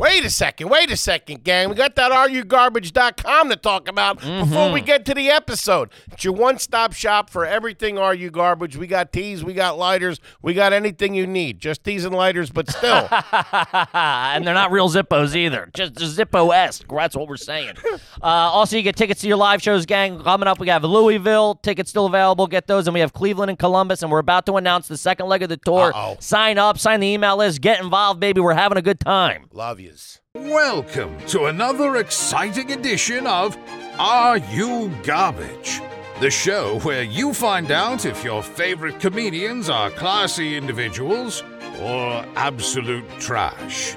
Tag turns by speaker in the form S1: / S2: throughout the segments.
S1: a second. Wait a second, gang. We got that RUGarbage.com to talk about before we get to the episode. It's your one stop shop for everything RU Garbage. We got teas, we got lighters, we got anything you need. Just teas and lighters, but still.
S2: and they're not real Zippos either. Just Zippo esque. That's what we're saying. Uh, also, you get tickets to your live shows, gang. Coming up, we have Louisville tickets still available. Get those, and we have Cleveland and Columbus, and we're about to announce the second leg of the tour.
S1: Uh-oh.
S2: Sign up, sign the email list, get involved, baby. We're having a good time.
S1: Love yous.
S3: Welcome to another exciting edition of Are You Garbage? The show where you find out if your favorite comedians are classy individuals or absolute trash.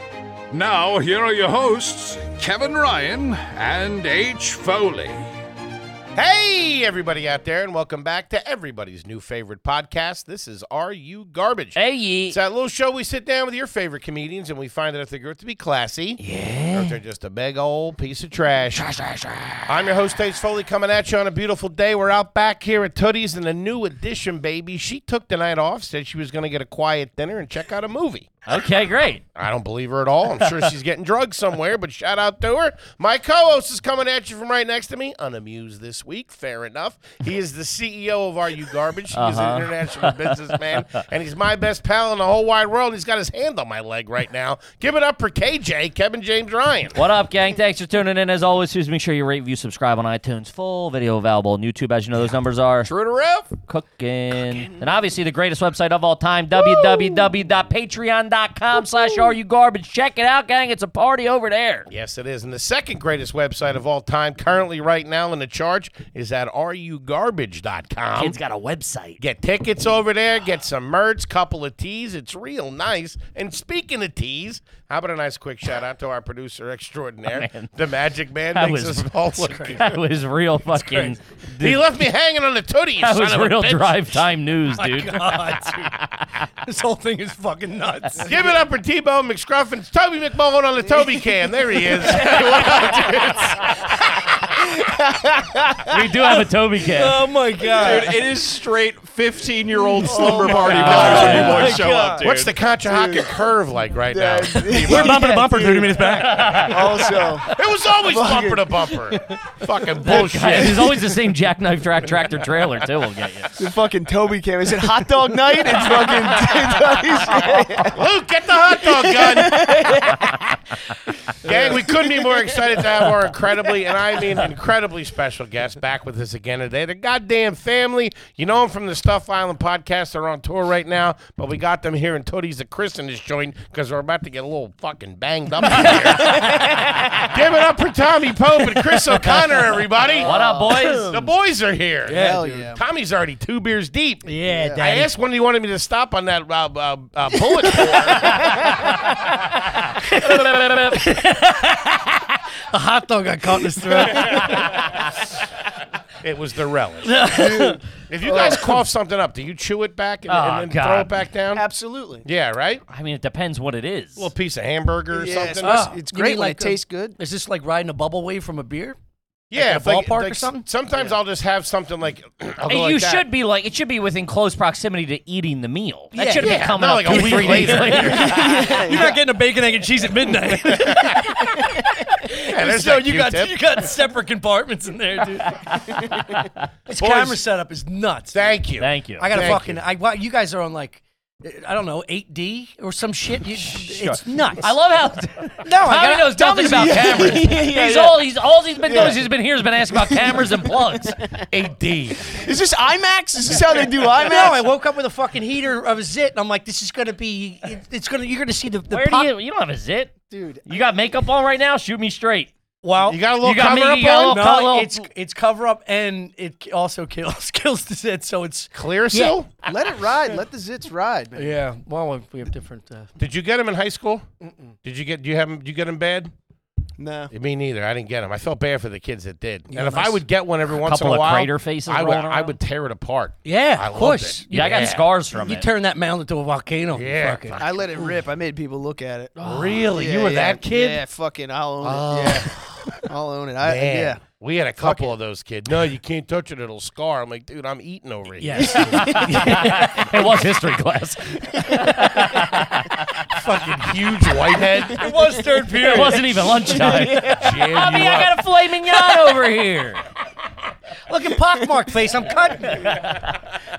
S3: Now, here are your hosts, Kevin Ryan and H. Foley.
S1: Hey, everybody out there, and welcome back to everybody's new favorite podcast. This is Are You Garbage?
S2: Hey, ye.
S1: It's that little show we sit down with your favorite comedians and we find out if they're good to be classy or if they're just a big old piece of trash. I'm your host, Tate Foley, coming at you on a beautiful day. We're out back here at Tootie's in a new edition, baby. She took the night off, said she was going to get a quiet dinner and check out a movie.
S2: Okay, great.
S1: I don't believe her at all. I'm sure she's getting drugs somewhere, but shout out to her. My co host is coming at you from right next to me, unamused this week. Fair enough. He is the CEO of RU Garbage. He is
S2: Uh-huh.
S1: an international businessman, and he's my best pal in the whole wide world. He's got his hand on my leg right now. Give it up for KJ, Kevin James Ryan.
S2: What up, gang? Thanks for tuning in. As always, please make sure you rate, review, subscribe on iTunes. Full video available on YouTube, as you know those numbers are.
S1: True to ref.
S2: Cooking. And obviously, the greatest website of all time, www.patreon.com slash are you garbage. Check it out, gang. It's a party over there.
S1: Yes, it is. And the second greatest website of all time, currently right now in the charge, is at rugarbage.com.
S2: Kid's got a website.
S1: Get tickets over there. Get some merch, couple of teas. It's real nice. And speaking of teas, how about a nice quick shout out to our producer extraordinaire,
S2: Man.
S1: the Magic Man.
S2: That
S1: makes
S2: was,
S1: us all look
S2: that was real fucking.
S1: good. He left me hanging on the tootie. you
S2: That
S1: son
S2: was
S1: of a
S2: real
S1: bitch.
S2: drive time news, dude.
S4: God, dude. this whole thing is fucking nuts.
S1: Give it up for T-Bone McScruffins, Toby McMullen on the Toby cam. There he is.
S2: We do have a Toby kid.
S4: Oh my god.
S5: Dude, it is straight 15 year old slumber party
S2: Oh God.
S5: vibes when
S2: Oh
S5: you
S4: my
S5: boys show up, dude.
S1: What's the Conshohocken curve like right now? It
S4: We're bumper to bumper 30 minutes back.
S5: also?
S1: was always bumper to bumper. Fucking
S2: Guys,
S1: bullshit.
S2: There's always the same jackknife track tractor trailer too. We'll get you.
S5: the fucking Toby cam. Is it hot dog night? It's fucking.
S1: Luke, get the hot dog gun. Gang, we couldn't be more excited to have our incredibly, and I mean incredibly special guest back with us again today. The goddamn family. You know them from the Stuff Island podcast. They're on tour right now, but we got them here in Tootie's the Chris in this joint because we're about to get a little fucking banged up in here. Give it up for Tommy Pope and Chris O'Connor, everybody.
S2: What up, boys?
S1: The boys are here.
S5: Hell dude. yeah.
S1: Tommy's already two beers deep.
S4: Yeah,
S1: I asked when he wanted me to stop on that uh, uh, uh, bullet tour.
S4: The hot dog got caught in his throat.
S1: it was the relish. if you guys cough something up, do you chew it back and,
S2: Oh,
S1: and then
S2: God.
S1: throw it back down?
S5: Absolutely.
S1: Yeah, right?
S2: I mean, it depends what it is.
S1: A little piece of hamburger or
S5: Yeah,
S1: something.
S5: especially-
S4: Oh.
S5: it's
S4: You
S5: great
S4: mean
S5: when
S4: like
S5: it
S4: a-
S5: tastes good.
S4: Is this like riding a bubble wave from a beer?
S1: yeah,
S4: a
S1: if I get-
S4: ballpark or
S1: like,
S4: something?
S1: Sometimes I'll just have something like. I'll
S2: Hey,
S1: go
S2: you
S1: like that.
S2: should be like it should be within close proximity to eating the meal. That
S4: Yeah,
S2: should be
S1: Yeah,
S2: coming
S1: not
S2: up
S1: like
S2: two,
S1: a week
S2: three days
S1: later.
S4: You're not getting a bacon, egg, and cheese at midnight.
S1: Yeah, there's
S4: so
S1: that
S4: you got
S1: Q-tip.
S4: you got separate compartments in there, dude. this
S1: Boys-
S4: camera setup is nuts.
S1: Thank you.
S2: Thank you.
S4: I got to
S1: Thank
S4: fucking. I wow, you guys are on like. I don't know, 8D or some shit. You- It's nuts.
S2: I love how
S4: No,
S2: Tommy
S4: I
S2: knows nothing about cameras. he's all he's all he's been doing is he's been here has been asking about cameras and plugs.
S1: AD.
S5: Is this IMAX? Is this how they do IMAX?
S4: No, I woke up with a fucking heater of a zit, and I'm like, this is gonna be, it- it's gonna, you're gonna see the, the
S2: Where do
S4: pop-
S2: you you don't have a zit?
S5: Dude.
S2: You got makeup on right now? Shoot me straight.
S4: Well,
S1: You got a little
S2: You got
S1: cover
S2: me,
S1: up
S2: you got a
S1: on?
S2: little-
S4: no,
S2: cut
S4: it's it's cover up, and it also kills kills the zit, so it's
S1: Clear seal?
S5: Let it ride. Let the zits ride, man.
S4: yeah. Well, we have different. Uh,
S1: Did you get him in high school? Did you get? Do you have him? Did you get him bad?
S5: No.
S1: Me neither. I didn't get them. I felt bad for the kids that did. and if I
S4: nice.
S1: would get one every once in
S2: couple
S1: a
S2: of
S1: while,
S2: crater faces
S1: I would,
S2: rolling
S1: I
S2: around.
S1: would tear it apart.
S4: yeah,
S1: I
S4: of
S1: loved
S4: course.
S1: it.
S2: Yeah, I got scars
S1: Oh,
S2: from
S4: You
S2: it.
S4: turn that mound into a volcano. you
S1: Yeah,
S4: fucking-
S5: I let it rip. I made people look at it.
S1: Really?
S5: Yeah,
S1: you were
S5: yeah,
S1: that kid?
S5: Oh. Yeah, fucking. I'll own it. Yeah. I'll own it. I,
S1: Man,
S5: Uh, yeah.
S1: we had a couple of those kids. No, you can't touch it; it'll scar. I'm like, dude, I'm eating over here.
S4: Yes.
S2: it was history class.
S1: fucking huge whitehead. it was third period.
S2: It wasn't even lunchtime.
S1: Jam you up.
S2: a filet mignon over here.
S4: Look at pockmark face. I'm cutting.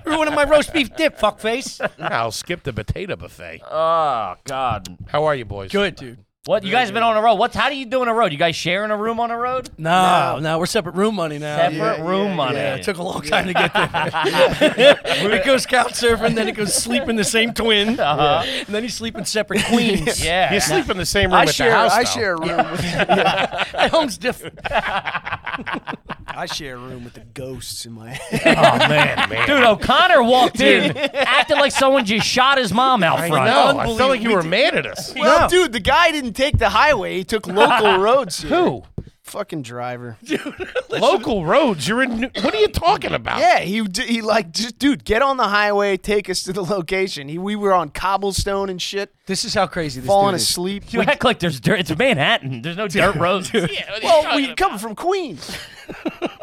S4: Ruining my roast beef dip, fuckface.
S1: I'll skip the potato buffet.
S2: Oh God.
S1: How are you, boys?
S4: Good, dude.
S2: What you guys been on a road? What's how do you do on a road? You guys sharing a room on a road?
S4: No, no, we're separate room money now.
S2: Separate
S4: Yeah.
S2: room money.
S4: Yeah, it took a long time to get there. it goes couch surfing, then it goes sleep in the same twin,
S2: Uh-huh.
S4: and then you sleep in separate queens.
S2: Yeah.
S1: You sleep in the same room
S5: I
S1: at
S5: share.
S1: the house.
S5: I
S1: though.
S5: share a room. With,
S4: That home's different.
S5: I share a room with the ghosts in my.
S1: Oh man, man.
S2: Dude, O'Connor walked in acting like someone just shot his mom out
S1: I
S2: front.
S1: know. I felt like you were mad at us.
S5: well, dude, the guy didn't take the highway. He took local roads. Here.
S1: Who?
S5: Fucking driver.
S1: Local roads. You're in. New- What are you talking about?
S5: Yeah, he d- he like just dude, get on the highway, take us to the location. He, we were on cobblestone and shit,
S4: This is how crazy this
S5: falling
S4: dude is.
S5: asleep.
S2: You act like there's dirt. It's Manhattan. There's no dirt roads.
S5: well, we come from Queens,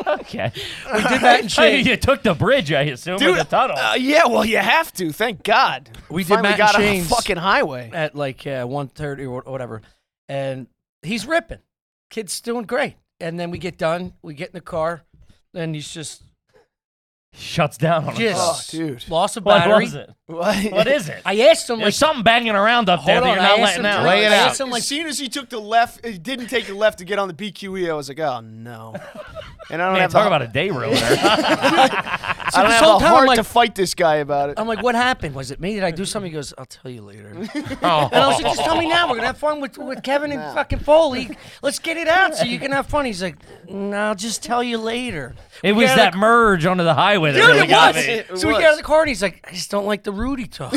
S2: Okay.
S4: We did that in Shane.
S2: you took the bridge, I assume, or the tunnel.
S5: uh, yeah, well, you have to. Thank God.
S4: We did
S5: finally
S4: Matt and
S5: got on the
S4: Shane's.
S5: fucking highway.
S4: at like uh, one thirty or whatever, and he's ripping. Kid's doing great. And then we get done. We get in the car, and he's just
S2: Shuts down on
S4: Yes.
S5: Oh,
S2: us.
S5: dude.
S4: lost a
S2: What
S4: battery.
S2: was it?
S5: What?
S2: What is it?
S4: I asked him like,
S2: There's something banging around up there
S4: hold
S2: that
S4: on.
S2: you're
S4: I
S2: not
S4: asked
S2: letting
S4: him,
S2: out.
S1: Lay it
S4: I
S1: out.
S4: asked him like,
S5: as soon as he took the left, he didn't take the left to get on the BQE. I was like, oh no. And I don't
S2: Man,
S5: have
S2: talk
S5: the,
S2: about a day ruiner.
S5: I don't
S4: this
S5: have
S4: whole
S5: the
S4: time I'm
S5: heart
S4: like-
S5: to fight this guy about it.
S4: I'm like, what happened? Was it me? Did I do something? He goes, I'll tell you later. And
S1: Oh.
S4: I was like, just tell me now. We're gonna have fun with, with Kevin and fucking Foley. Let's get it out so you can have fun. He's like, no, I'll just tell you later.
S2: It
S4: We
S2: was
S4: got
S2: that
S4: out of
S2: merge onto the highway that
S4: the- Dude,
S2: really
S4: it
S2: got
S4: was.
S2: me.
S5: It
S4: so we
S5: was.
S4: get out of the car and he's like, I just don't like the Rudy talk.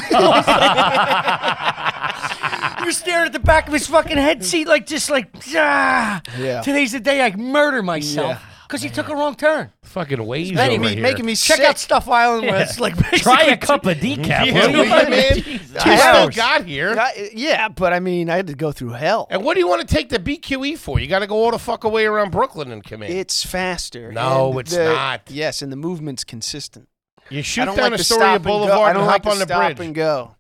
S4: You're staring at the back of his fucking head seat, like just like, ah,
S5: Yeah.
S4: today's the day I murder myself
S5: Yeah.
S4: because he took a wrong turn.
S1: Fucking waves
S5: making
S1: over
S5: me,
S1: here.
S5: making me
S4: Check
S5: sick.
S4: out Stuff Island where it's like basically
S2: Try a cup of decaf.
S1: Yeah,
S2: will you?
S1: we- man,
S2: Jesus.
S1: I still
S5: hours.
S1: got here.
S5: I- yeah, but I mean, I had to go through hell.
S1: And what do you want to take the BQE for? You got to go all the fuck away around Brooklyn and come in.
S5: It's faster.
S1: No,
S5: and
S1: it's
S5: the-
S1: not.
S5: Yes, and the movement's consistent.
S1: you
S5: I
S1: shoot
S5: don't
S1: down
S5: like to stop
S1: Astoria
S5: and go-
S1: Boulevard
S5: I don't
S1: and
S5: like
S1: hop
S5: to
S1: on the
S5: stop
S1: bridge.
S5: and go.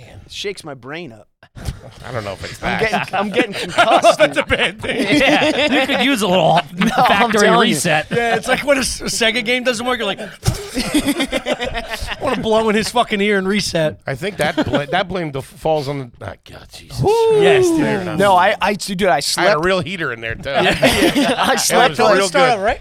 S5: Man, it shakes my brain up.
S1: I don't know if it's
S5: I'm
S1: that.
S5: getting, I'm getting concussed. dude.
S1: bad thing.
S2: yeah, you could use a little factory
S5: telling you.
S2: reset.
S4: Yeah, it's like when a s- Sega game doesn't work, you're like, want to blow in his fucking ear and reset.
S1: I think that bl- that blame def- falls on the. Oh, God, Jesus.
S2: Yes,
S1: Fair enough.
S5: No, I, I, dude,
S1: I
S5: I
S1: had a
S5: slept.
S1: real heater in there too.
S5: I
S1: was
S5: slept till
S1: real
S5: I started.
S1: good.
S5: Right?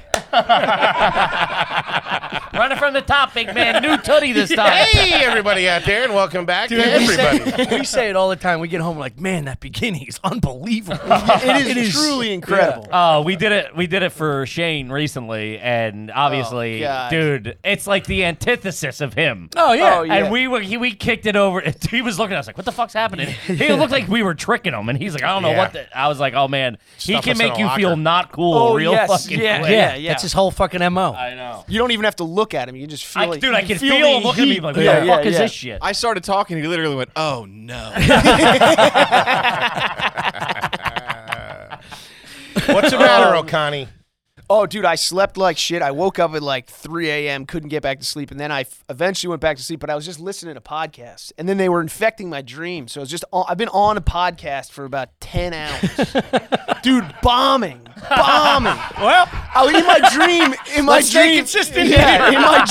S2: Running from the top, big man. New tutty this time.
S1: hey, everybody out there, and welcome back to
S4: we say-
S1: everybody.
S4: we say it all the time. We get home like, man, that beginning is unbelievable.
S5: It is, truly incredible.
S2: Oh, we did it. We did it for Shane recently, and obviously,
S5: Oh, God.
S2: dude, it's like the antithesis of him.
S4: Oh yeah.
S5: Oh, yeah.
S2: And we were he, we kicked it over. He was looking at us like, "What the fuck's happening?" He looked like we were tricking him, and he's like, "I don't know
S1: Yeah.
S2: what." the... I was like, "Oh man,
S1: Stuff
S2: he
S1: us
S2: can
S1: in
S2: make
S1: a
S2: you feel
S1: locker.
S2: not cool
S5: Oh,
S2: real
S5: yes,
S2: fucking
S5: yeah,
S2: quick."
S4: yeah,
S5: yeah.
S4: That's his whole fucking mo.
S2: I know.
S5: You don't even have to look at him. You just feel
S2: I,
S5: like,
S2: dude, I can feel,
S5: the
S2: him looking at me
S5: heat.
S2: like, "What
S5: Yeah,
S2: the
S5: yeah,
S2: fuck is
S5: yeah.
S2: this shit?"
S6: I started talking. He literally went, "Oh no!"
S1: What's the matter, O'Connie?
S5: Oh, dude, I slept like shit. I woke up at like 3 a.m., couldn't get back to sleep, and then I f- eventually went back to sleep. But I was just listening to podcasts, and then they were infecting my dream. So I was just on, I've been on a podcast for about 10 hours, dude, bombing, bombing.
S4: Well,
S5: I was in my dream. In my
S4: Let's stay
S5: dream,
S4: consistent
S5: Yeah, in my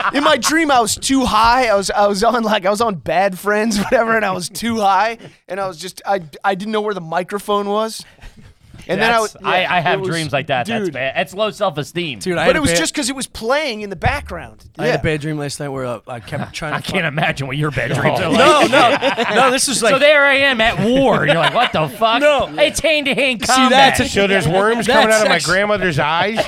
S5: dream, in my dream, I was too high. I was, I was on like I was on Bad Friends, whatever, and I was too high, and I was just, I, I didn't know where the microphone was. And then I,
S2: That's-
S5: was,
S2: I,
S5: yeah,
S2: I
S5: it
S2: have
S5: was-
S2: dreams like that. That's
S5: dude.
S2: bad. That's low self esteem.
S4: dude, I had
S5: But
S4: a
S5: it was
S4: bad-
S5: just because it was playing in the background.
S4: I had a bad dream last night where uh, I kept trying. To
S2: I can't imagine what your bad dreams are like.
S4: No, no, no. This is like
S2: So there I am at war. You're like, what the fuck?
S4: No.
S2: It's hand to hand combat.
S4: that's a-
S1: So there's worms coming
S4: That's
S1: out of my
S4: actually-
S1: grandmother's eyes.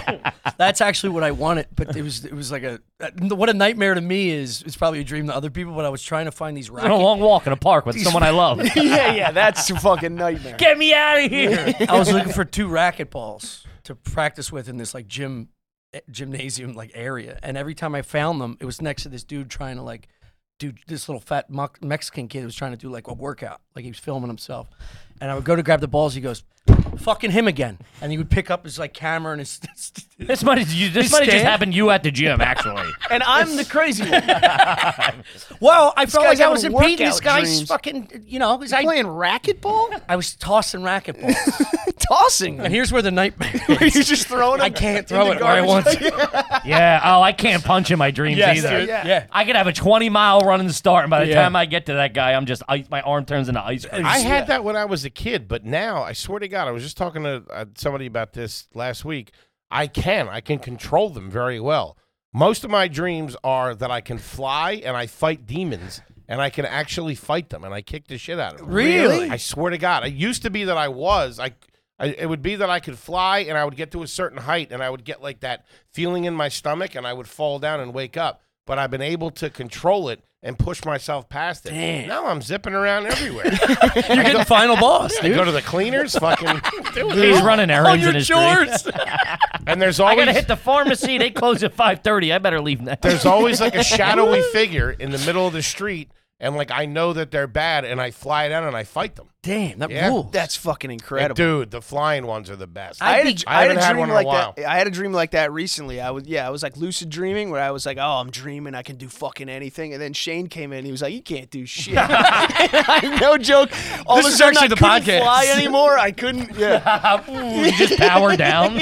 S4: That's actually what I wanted, but it was it was like a uh, what a nightmare to me is. It's probably a dream to other people, but I was trying to find these
S2: on a
S4: rockets.
S2: long walk in a park with someone I love.
S5: yeah, yeah, that's a fucking nightmare.
S2: Get me out of here.
S4: I was looking for two racket balls to practice with in this like gym eh, gymnasium like area, and every time I found them, it was next to this dude trying to like do this little fat mo- Mexican kid was trying to do like a workout, like he was filming himself, and I would go to grab the balls. He goes, fucking him again. And he would pick up his like camera and his.
S2: This might you, this might have just
S4: stand?
S2: happened to you at the gym, actually.
S5: And I'm the crazy one.
S4: well, I felt
S5: guy's
S4: like I
S5: having
S4: was impeding this
S5: workout
S4: guy's
S5: dreams.
S4: fucking. You know, 'cause I
S5: Playing racquetball?
S4: I was tossing racquetballs.
S5: Tossing.
S4: and here's where the nightmare.
S5: You're just throwing
S4: I
S5: them
S4: can't
S5: in
S4: throw
S5: the
S4: it where I
S5: garbage.
S4: want to.
S2: yeah. Oh, I can't punch in my dreams
S4: Yes,
S2: either.
S4: dude. Yeah.
S2: I could have a 20 mile run and start, and by the
S4: Yeah.
S2: time I get to that guy, I'm just ice, my arm turns into ice. cream.
S1: I had that when I was a kid, but now I swear to God, I was just talking to uh, somebody about this last week. I can, I can control them very well. Most of my dreams are that I can fly and I fight demons and I can actually fight them and I kick the shit out of them.
S4: Really?
S1: I swear to God, it used to be that I was. I, I it would be that I could fly and I would get to a certain height and I would get like that feeling in my stomach and I would fall down and wake up. But I've been able to control it and push myself past it. Now I'm zipping around everywhere.
S4: You're getting final boss,
S1: I
S4: dude.
S1: go to the cleaners, fucking, do it.
S2: He's running
S4: All
S2: errands
S4: your
S2: in his dream.
S4: chores.
S1: and there's
S2: I
S1: always
S2: gotta hit the pharmacy. They close at 5:30. I better leave now.
S1: there's always like a shadowy figure in the middle of the street, and like I know that they're bad, and I fly down and I fight them.
S4: Damn, that
S1: Yeah.
S4: rules.
S5: That's fucking
S1: Like,
S5: incredible.
S1: dude, the flying ones are the best.
S5: I had,
S1: I
S5: a, I had a
S1: haven't had
S5: dream
S1: one in a
S5: like
S1: while.
S5: that. I had a dream like that recently. I was yeah, I was like lucid dreaming where I was like, oh, I'm dreaming, I can do fucking anything. And then Shane came in, and he was like, you can't do shit. I, no joke. All
S4: This
S5: of a
S4: is
S5: sudden, I
S4: actually the
S5: couldn't
S4: podcast.
S5: fly anymore. I couldn't. Yeah.
S2: Ooh, just power down.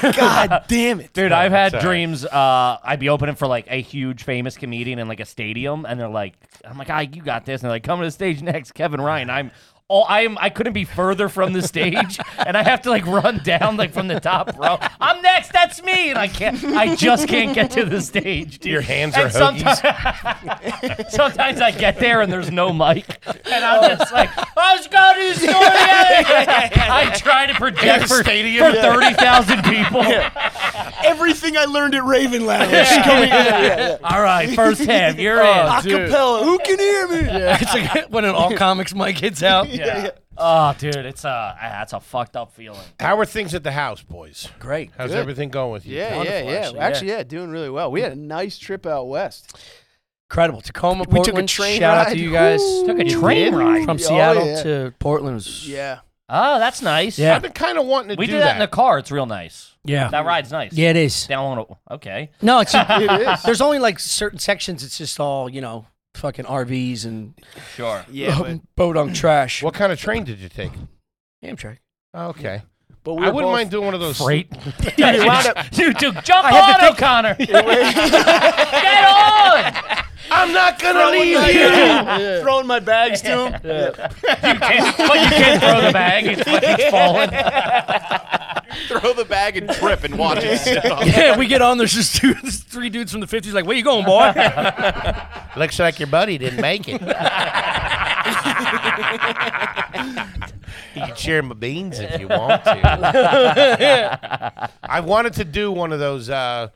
S5: God damn it.
S2: Dude, I've had
S1: all right.
S2: dreams. Uh, I'd be opening for like a huge famous comedian in like a stadium, and they're like, "I'm like, ah, you got this," and they're like, "Coming to the stage next, Kevin Ryan." I'm all I am. I couldn't be further from the stage, and I have to like run down like from the top row. I'm next. That's me, and I can't. I just can't get to the stage. Dude.
S1: Your hands are
S2: And sometimes, sometimes I get there and there's no mic, and I'm just like, "Let's go to the stadium." I try to project for, for thirty thousand people.
S5: Everything I learned at Raven Lounge. Coming Oh, in. Yeah, yeah.
S2: All right, first half, you're in.
S5: Acapella. Who can hear me?
S4: it's like when an all comics mic gets out.
S2: Yeah. Oh, dude, it's a uh, that's a fucked up feeling.
S1: How are things at the house, boys?
S4: Great.
S1: How's
S5: Good.
S1: everything going with you?
S5: Yeah, yeah,
S4: Wonderful,
S5: yeah.
S4: actually,
S5: Actually, yeah, doing really well. We had a nice trip out west.
S4: Incredible. Tacoma,
S5: We took a
S4: Portland.
S5: train
S4: Shout out
S5: ride.
S4: to you guys.
S5: Ooh.
S2: Took a train ride.
S4: From
S5: Oh,
S4: Seattle
S5: yeah.
S4: to Portland was.
S5: Yeah.
S2: Oh, that's nice.
S4: Yeah.
S1: I've been kind of wanting to
S2: we
S1: do,
S2: do that in the car. It's real nice.
S4: Yeah.
S2: That ride's nice.
S4: Yeah, it is.
S2: Down on a, okay.
S4: No, it's
S5: It is.
S4: there's only like certain sections. It's just all you know, fucking RVs and
S2: Sure.
S5: Yeah, but,
S4: bodunk Um, trash.
S1: What kind of train did you take?
S4: Amtrak.
S1: Okay,
S5: but we
S1: I
S5: were
S1: wouldn't
S5: both-
S1: mind doing one of those.
S2: Freight. Yeah, you,
S5: wound
S2: just- you took jump on O'Connor. Get on.
S1: I'm not gonna leave
S5: Yeah,
S1: you.
S5: yeah, yeah. Throwing my bags to him.
S2: You can't, but you can't throw the bag. It's fucking falling.
S6: Throw the bag and trip and watch it. sit
S5: Oh.
S6: on.
S4: Yeah, we get on. There's just two, there's three dudes from the fifties. Like, where you going, boy?
S1: Looks like your buddy didn't make it. you can share my beans if you want to. I wanted to do one of those uh,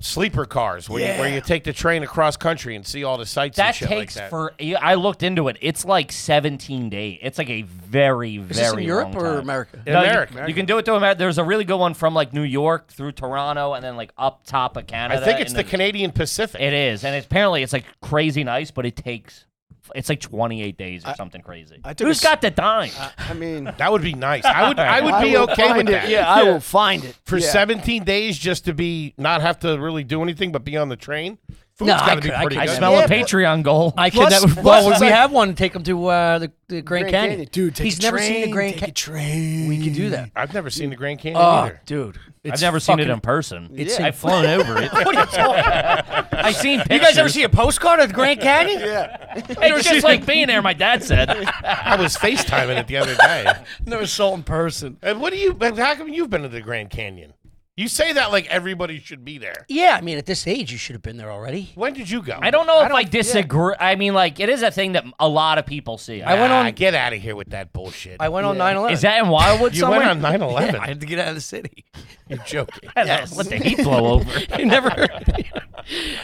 S1: sleeper cars where, you, where you take the train across country and see all the sights
S2: That
S1: and shit
S2: takes
S1: like that.
S2: for. I looked into it. It's like 17 days. It's like a very, very
S4: Is this in Europe
S2: long
S4: or
S2: time.
S4: America?
S1: In
S2: No, you-
S1: America.
S2: You, can do it to America. There's a really good one from like New York through Toronto and then like up top of
S1: I
S2: Canada.
S1: think it's
S2: and
S1: the
S2: then-
S1: Canadian Pacific.
S2: It is, and it's, apparently it's like crazy nice, but it takes. It's like 28 days or something crazy.
S5: I took a
S2: Who's
S5: s-
S2: got the dime?
S5: I mean,
S1: that would be nice. I would I would
S5: I
S1: be
S5: will
S1: okay with
S5: find it.
S1: that.
S5: Yeah, I will find it
S1: For
S5: Yeah.
S1: 17 days just to be not have to really do anything but be on the train. Food's
S4: No, I
S1: got to
S4: could-
S1: be
S4: I
S1: pretty
S4: could-
S2: I
S1: good.
S2: smell
S5: Yeah,
S2: a
S5: but-
S2: Patreon goal.
S4: I could.
S5: Plus-
S4: That would,
S5: plus
S4: well,
S5: it's
S4: we
S5: like-
S4: have one. to Take him to uh, the, the Grand,
S5: Grand
S4: Canyon.
S5: Canyon. Dude, take
S4: he's
S5: a
S4: never seen the
S5: train,
S4: Grand
S5: take a
S4: Canyon. train. We could do that.
S1: I've never seen the Grand Canyon
S4: Oh,
S1: either.
S4: dude,
S2: I've
S4: it's
S2: never seen it
S4: fucking-
S2: in person.
S5: It's
S2: I've flown over it. I've seen pictures.
S4: You guys ever see a postcard of the Grand Canyon?
S2: It's just like being there. My dad said.
S1: I was FaceTiming it the other day.
S4: Never saw it in person.
S1: And what do you? but How come you've been to the Grand Canyon? You say that like everybody should be there.
S4: Yeah, I mean, at this age, you should have been there already.
S1: When did you go?
S2: I don't know if I, disagree. I mean, like it is a thing that a lot of people see.
S4: I went
S1: Ah,
S4: on.
S1: get out of here with that bullshit.
S4: I went on 9/11.
S2: Is that in Wildwood
S1: you
S2: somewhere?
S1: went on 9 11.
S4: I had to get out of the city.
S1: You're joking.
S2: Yes. Let the heat blow over.
S4: You never.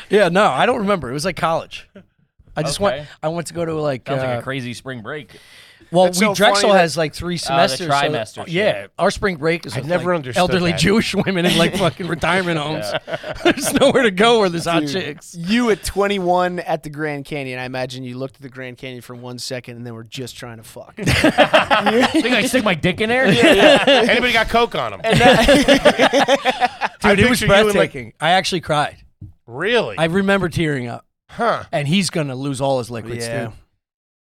S4: yeah, no, I don't remember. It was like college. I I just
S2: Okay.
S4: want I want to go to like,
S2: Sounds like
S4: uh,
S2: a crazy spring break.
S4: well, we
S5: That's so funny
S4: Drexel
S5: that-
S4: has like three semesters.
S2: Oh,
S4: so-
S2: trimester
S4: yeah,
S2: shit.
S4: our spring break is
S1: I've
S4: with,
S1: never
S4: like,
S1: understood
S4: elderly
S1: that.
S4: Jewish women in like fucking retirement homes. there's nowhere to go where there's hot
S5: Dude,
S4: chicks.
S5: You at 21 at the Grand Canyon. I imagine you looked at the Grand Canyon for one second and then we're just trying to fuck.
S2: Think I stick my dick in there?
S1: Anybody got coke on them?
S4: Dude,
S1: I
S4: it was
S1: picture you in, like-
S4: breathtaking. I actually cried.
S1: Really?
S4: I remember tearing up.
S1: huh?
S4: and he's gonna lose all his liquids
S5: Yeah.
S4: too.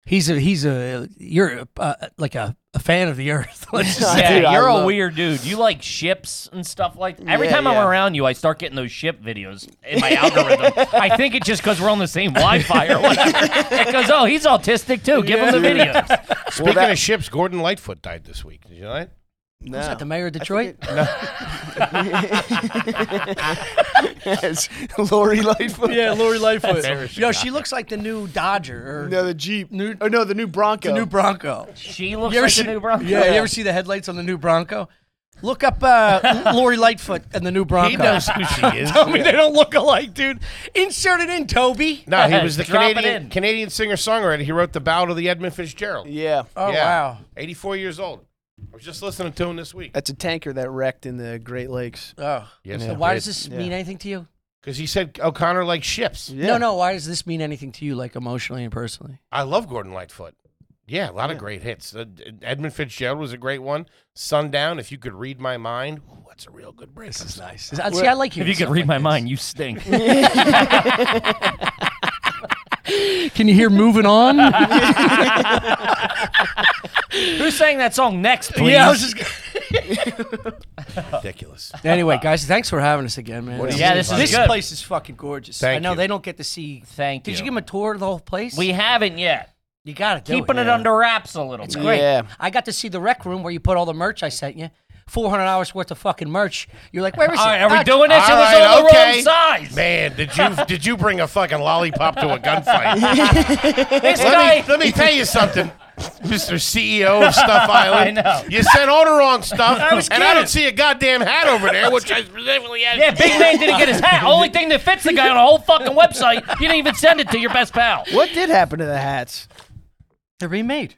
S4: He's a he's a you're uh, like a, a fan of the earth. Let's just say.
S2: Yeah,
S5: Dude, I
S2: you're a
S5: love-
S2: weird dude. You like ships and stuff like Every
S5: Yeah,
S2: time
S5: yeah.
S2: I'm around you, I start getting those ship videos in my algorithm. I think it's just because we're on the same Wi-Fi or whatever. It goes, oh, he's autistic too. Give him the videos.
S1: Speaking
S5: that-
S1: of ships, Gordon Lightfoot died this week. Did you know that?
S5: No.
S4: Is that the mayor of Detroit?
S5: Yes. Lori Lightfoot.
S4: Lori Lightfoot.
S1: Embarrassing.
S4: Yo, she looks like the new Dodger or
S5: No, the Jeep.
S4: New-
S5: oh, no, the new Bronco.
S4: the new Bronco.
S2: She looks
S4: You ever
S2: like
S4: see
S2: a new Bronco.
S4: Yeah, you ever see the headlights on the new Bronco? Look up uh, Lori Lightfoot and the new Bronco.
S1: He knows who she is.
S4: I mean, they don't look alike, dude. Insert it in, Toby.
S1: No, he was the
S2: Drop it
S1: Canadian
S2: in.
S1: Canadian singer songwriter. He wrote the Bow to the Edmund Fitzgerald.
S5: yeah.
S4: Oh
S1: Yeah.
S4: wow.
S1: 84 years old. I was just listening to him this week.
S5: That's a tanker that wrecked in the Great Lakes.
S4: Oh.
S1: Yes,
S4: So
S1: it
S4: why
S1: is.
S4: does this mean anything to you?
S1: Because he said O'Connor likes ships.
S5: Yeah.
S4: No, no. Why does this mean anything to you, like emotionally and personally?
S1: I love Gordon Lightfoot. Yeah, a lot of great hits. Uh, Edmund Fitzgerald was a great one. Sundown, if you could read my mind. Ooh, that's a real good break. Uh,
S4: This is nice. Is- See, I like
S2: If
S4: hearing
S2: you could
S4: stuff
S2: read
S4: like
S2: my
S4: this.
S2: mind, you stink.
S4: Can you hear moving on? yeah,
S2: Who sang that song next, please?
S4: I was just.
S1: Ridiculous.
S4: Anyway, guys, thanks for having us again, man.
S1: What do you
S2: Yeah, mean, this is
S4: this
S2: good.
S4: place is fucking gorgeous.
S1: Thank
S4: I know
S1: you.
S4: they don't get to see.
S2: Thank
S4: Did you
S2: you.
S4: give them a tour of the whole place?
S2: we haven't yet.
S4: you got to
S2: Keeping it, under wraps a little
S4: It's
S2: bit.
S4: great.
S5: Yeah.
S4: I got to see the rec room where you put all the merch I sent you. Four hundred hours worth of fucking merch. You're like, where is
S2: All
S4: it?
S2: right, are
S4: Ah,
S2: we doing this?
S1: All
S2: it was
S1: right,
S2: all the
S1: okay.
S2: wrong size.
S1: Man, did you did you bring a fucking lollipop to a gunfight?
S2: This guy.
S1: let, me, let me tell you something, Mr. CEO of Stuff Island.
S2: I know.
S1: You sent all the wrong stuff,
S2: was
S1: and I
S2: kidding.
S1: don't see a goddamn hat over there, which I specifically asked.
S2: Yeah, big man didn't get his hat. Only thing that fits the guy on a whole fucking website. You didn't even send it to your best pal.
S5: What did happen to the hats?
S4: They're remade.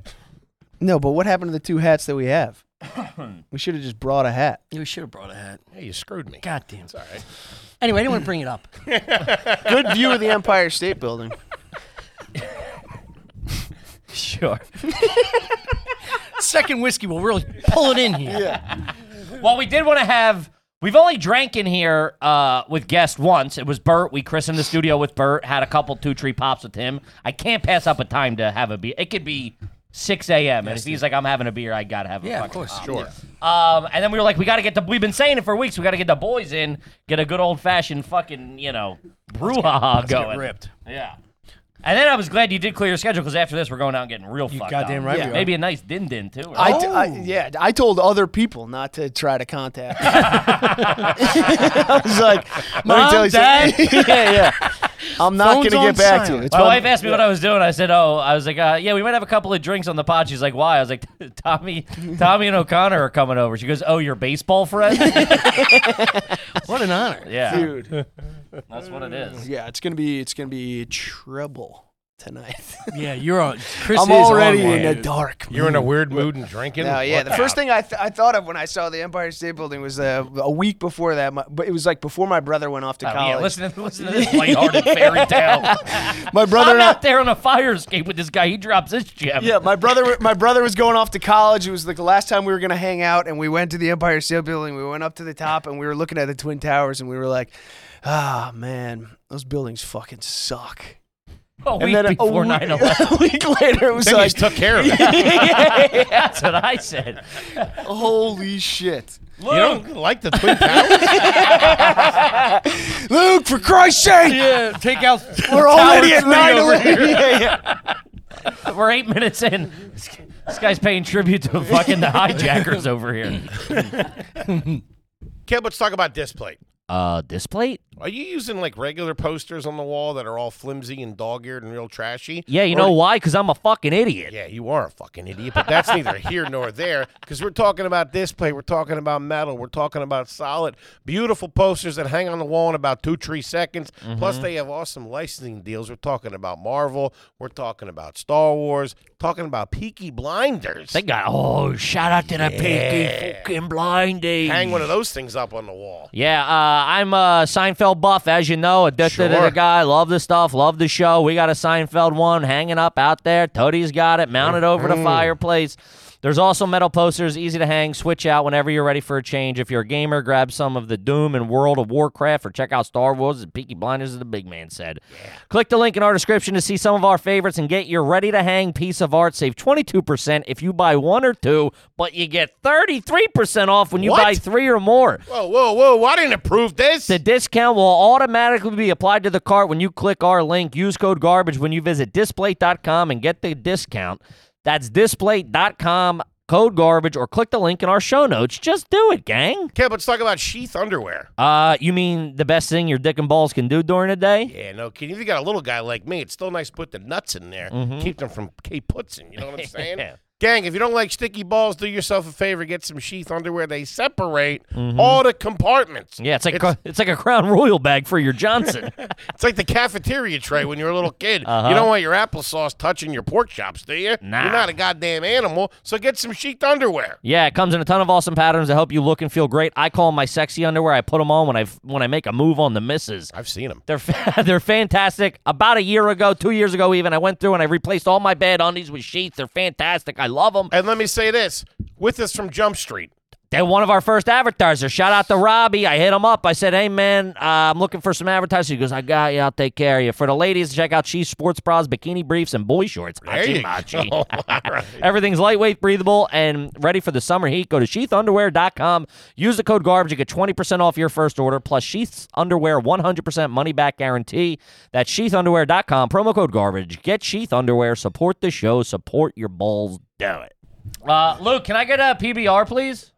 S5: No, but what happened to the two hats that we have? we should have just brought a hat.
S4: We should have brought a hat.
S1: Hey, you screwed me.
S4: God damn.
S1: It's all right.
S4: Anyway, I didn't want to bring it up.
S5: Good view of the Empire State Building.
S2: Sure.
S4: Second whiskey will really pull it in here.
S2: Well, we did want to have. We've only drank in here uh, with guests once. It was Bert. We christened the studio with Bert. Had a couple two tree pops with him. I can't pass up a time to have a beer. It could be 6 a.m. and if he's like, I'm having a beer, I gotta have a
S4: Yeah,
S2: fucking
S4: of course.
S2: pop.
S4: Sure.
S2: Um, and then we were like, we gotta get the. We've been saying it for weeks. We gotta get the boys in. Get a good old fashioned fucking you know brouhaha
S4: Get
S2: going.
S4: ripped.
S2: Yeah. And then I was glad you did clear your schedule because after this we're going out and getting real you fucked
S4: goddamn
S2: up.
S4: right Yeah. we are.
S2: Maybe a nice din din too. right?
S5: I, I- yeah, I told other people not to try to contact. me. I was like, let me
S4: Mom,
S5: tell you something. yeah, yeah. I'm not
S4: Phone's
S5: gonna
S4: on
S5: get back to you.
S4: silent.
S5: It's
S2: My
S5: fun-
S2: wife asked me what I was doing. I said, "Oh, I was like, uh, yeah, we might have a couple of drinks on the pod." She's like, "Why?" I was like, "Tommy, Tommy and O'Connor are coming over." She goes, "Oh, your baseball friend?"
S4: What an honor.
S2: yeah,
S5: dude.
S2: that's what it is.
S5: Yeah, it's gonna be it's gonna be trouble tonight.
S4: Yeah, you're on. Chris
S5: I'm
S4: is on
S5: already
S4: one,
S5: in the
S4: dude.
S5: dark.
S1: You're in a weird mood and drinking.
S5: No, Oh, yeah.
S1: What
S5: The first thing I, th- I thought of when I saw the Empire State Building was uh, a week before that, my, but it was like before my brother went off to
S2: Oh, yeah,
S5: college.
S2: listen to listen to this lighthearted fairy tale.
S5: my brother
S2: I'm
S5: and I-
S2: out there on a fire escape with this guy. He drops this gem.
S5: Yeah, my brother. My brother was going off to college. It was like the last time we were gonna hang out, and we went to the Empire State Building. We went up to the top, and we were looking at the Twin Towers, and we were like, "Ah, man, those buildings fucking suck."
S2: a
S5: And
S2: week
S5: then
S2: before
S5: a,
S2: 9
S5: week,
S2: 11.
S5: a week later, it was
S1: Then you
S5: like,
S1: just took care of it.
S2: That's what I said.
S5: "Holy shit,
S1: You don't like the Twin Towers?
S5: Luke! For Christ's sake,
S4: Yeah, take out.
S5: we're already at
S1: three
S5: nine
S1: over
S5: eleven. Yeah, yeah.
S2: We're eight minutes in. This guy's paying tribute to fucking the hijackers over here.
S1: Kid, let's talk about this plate.
S2: Uh, this plate?
S1: Are you using like regular posters on the wall that are all flimsy and dog-eared and real trashy?
S2: Yeah, you
S1: Or-
S2: know why? Because I'm a fucking idiot.
S1: Yeah, you are a fucking idiot, but that's neither here nor there because we're talking about this play, we're talking about metal, we're talking about solid, beautiful posters that hang on the wall in about two, three seconds. Plus,
S2: Mm-hmm.
S1: they have awesome licensing deals. We're talking about Marvel, we're talking about Star Wars, talking about Peaky Blinders.
S2: They got oh, shout out to the
S1: Yeah.
S2: pinky fucking blindy.
S1: hang one of those things up on the wall.
S2: Yeah, uh, I'm a Seinfeld buff, as you know. Addicted to
S1: Sure.
S2: the guy. Love the stuff. Love the show. We got a Seinfeld one hanging up out there. Toadie's got it mounted over
S1: Mm-hmm.
S2: the fireplace. There's also metal posters, easy to hang. Switch out whenever you're ready for a change. If you're a gamer, grab some of the Doom and World of Warcraft, or check out Star Wars and Peaky Blinders, as the big man said. Click the link in our description to see some of our favorites and get your ready to hang piece of art. Save 22% if you buy one or two, but you get 33% off when you
S1: What?
S2: buy three or more.
S1: Whoa, whoa, whoa! I didn't approve this.
S2: The discount will automatically be applied to the cart when you click our link. Use code garbage when you visit displate.com and get the discount. That's displate.com, code garbage, or click the link in our show notes. Just do it, gang.
S1: Okay, let's talk about sheath underwear.
S2: Uh, you mean the best thing your dick and balls can do during the day?
S1: Yeah, no kidding. If you got a little guy like me, it's still nice to put the nuts in there, keep them from K putzing. You know what I'm saying?
S2: Mm-hmm. Yeah.
S1: Gang, if you don't like sticky balls, do yourself a favor. Get some sheath underwear. They separate all the compartments.
S2: Mm-hmm. Yeah, it's like it's, it's like a Crown Royal bag for your Johnson.
S1: It's like the cafeteria tray when you're a little kid. You don't want your applesauce touching your pork chops, do you?
S2: Uh-huh. Nah.
S1: You're not a goddamn animal, so get some sheath underwear.
S2: Yeah, it comes in a ton of awesome patterns that help you look and feel great. I call 'em my sexy underwear. I put them on when I when I make a move on the misses.
S1: I've seen them.
S2: They're fa- they're fantastic. About a year ago, two years ago, even I went through and I replaced all my bed undies with sheets. They're fantastic. I love them.
S1: And let me say this with us from Jump Street.
S2: They're one of our first advertisers. Shout out to Robbie. I hit him up. I said, "Hey man, uh, I'm looking for some advertisers." He goes, "I got you. I'll take care of you." For the ladies, check out Sheath sports bras, bikini briefs, and boy shorts.
S1: There
S2: Hachi
S1: you
S2: machi.
S1: go. All right.
S2: Everything's lightweight, breathable, and ready for the summer heat. Go to sheathunderwear.com. Use the code GARBAGE. You get 20% off your first order, plus Sheath's Underwear 100% money back guarantee. That's sheathunderwear.com. Promo code GARBAGE. Get Sheath Underwear. Support the show. Support your balls. Do it. Uh, Luke, can I get a PBR, please?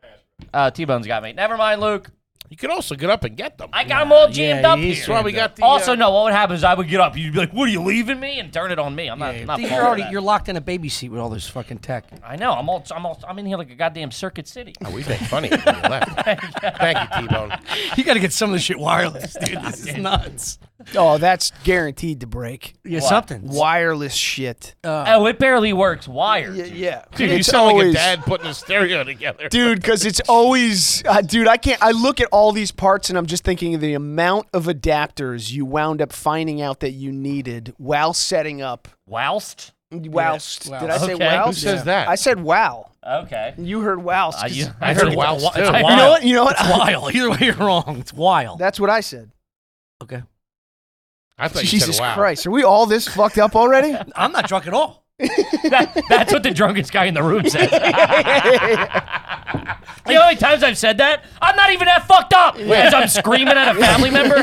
S2: Uh, T-Bone's got me. Never mind, Luke.
S1: You can also get up and get them.
S2: I got them all jammed
S4: yeah,
S2: up
S4: he
S2: here.
S4: is
S1: That's why we got the. uh,
S2: Also, no, what would happen is I would get up. You'd be like, what are you leaving me? And turn it on me. I'm not, not falling
S4: Dude, you're
S2: for
S4: already
S2: that.
S4: you're locked in a baby seat with all this fucking tech.
S2: I know. I'm all, I'm all, I'm in here like a goddamn Circuit City.
S1: We've been funny when you left. Thank you, T Bone.
S4: You got to get some of this shit wireless, dude. This is nuts.
S5: Oh, that's guaranteed to break.
S4: Yeah, something.
S5: Wireless shit.
S2: Oh, it barely works wired.
S5: Yeah, yeah.
S1: Dude, you
S5: It's
S1: sound like a
S5: always-
S1: dad putting a stereo together.
S5: dude because it's always uh, dude i can't i look at all these parts and i'm just thinking of the amount of adapters you wound up finding out that you needed while setting up
S2: Whilst?
S5: whilst
S4: wow.
S5: did i
S2: Okay.
S5: say
S2: Who
S5: whilst
S1: says that?
S5: i said wow
S2: Okay.
S5: you heard whilst 'cause-
S2: you-
S1: I heard
S2: it's a-
S1: whilst,
S2: it's a
S1: too.
S2: while.
S5: you know what you know what
S4: It's wild. Either way, you're wrong. It's wild.
S5: that's what i said
S4: okay.
S1: I thought you
S5: jesus
S1: said, wow.
S5: christ are we all this fucked up already
S4: I'm not drunk at all.
S2: That- that's what the drunkest guy in the room says. the only times I've said that, I'm not even that fucked up as I'm screaming at a family member.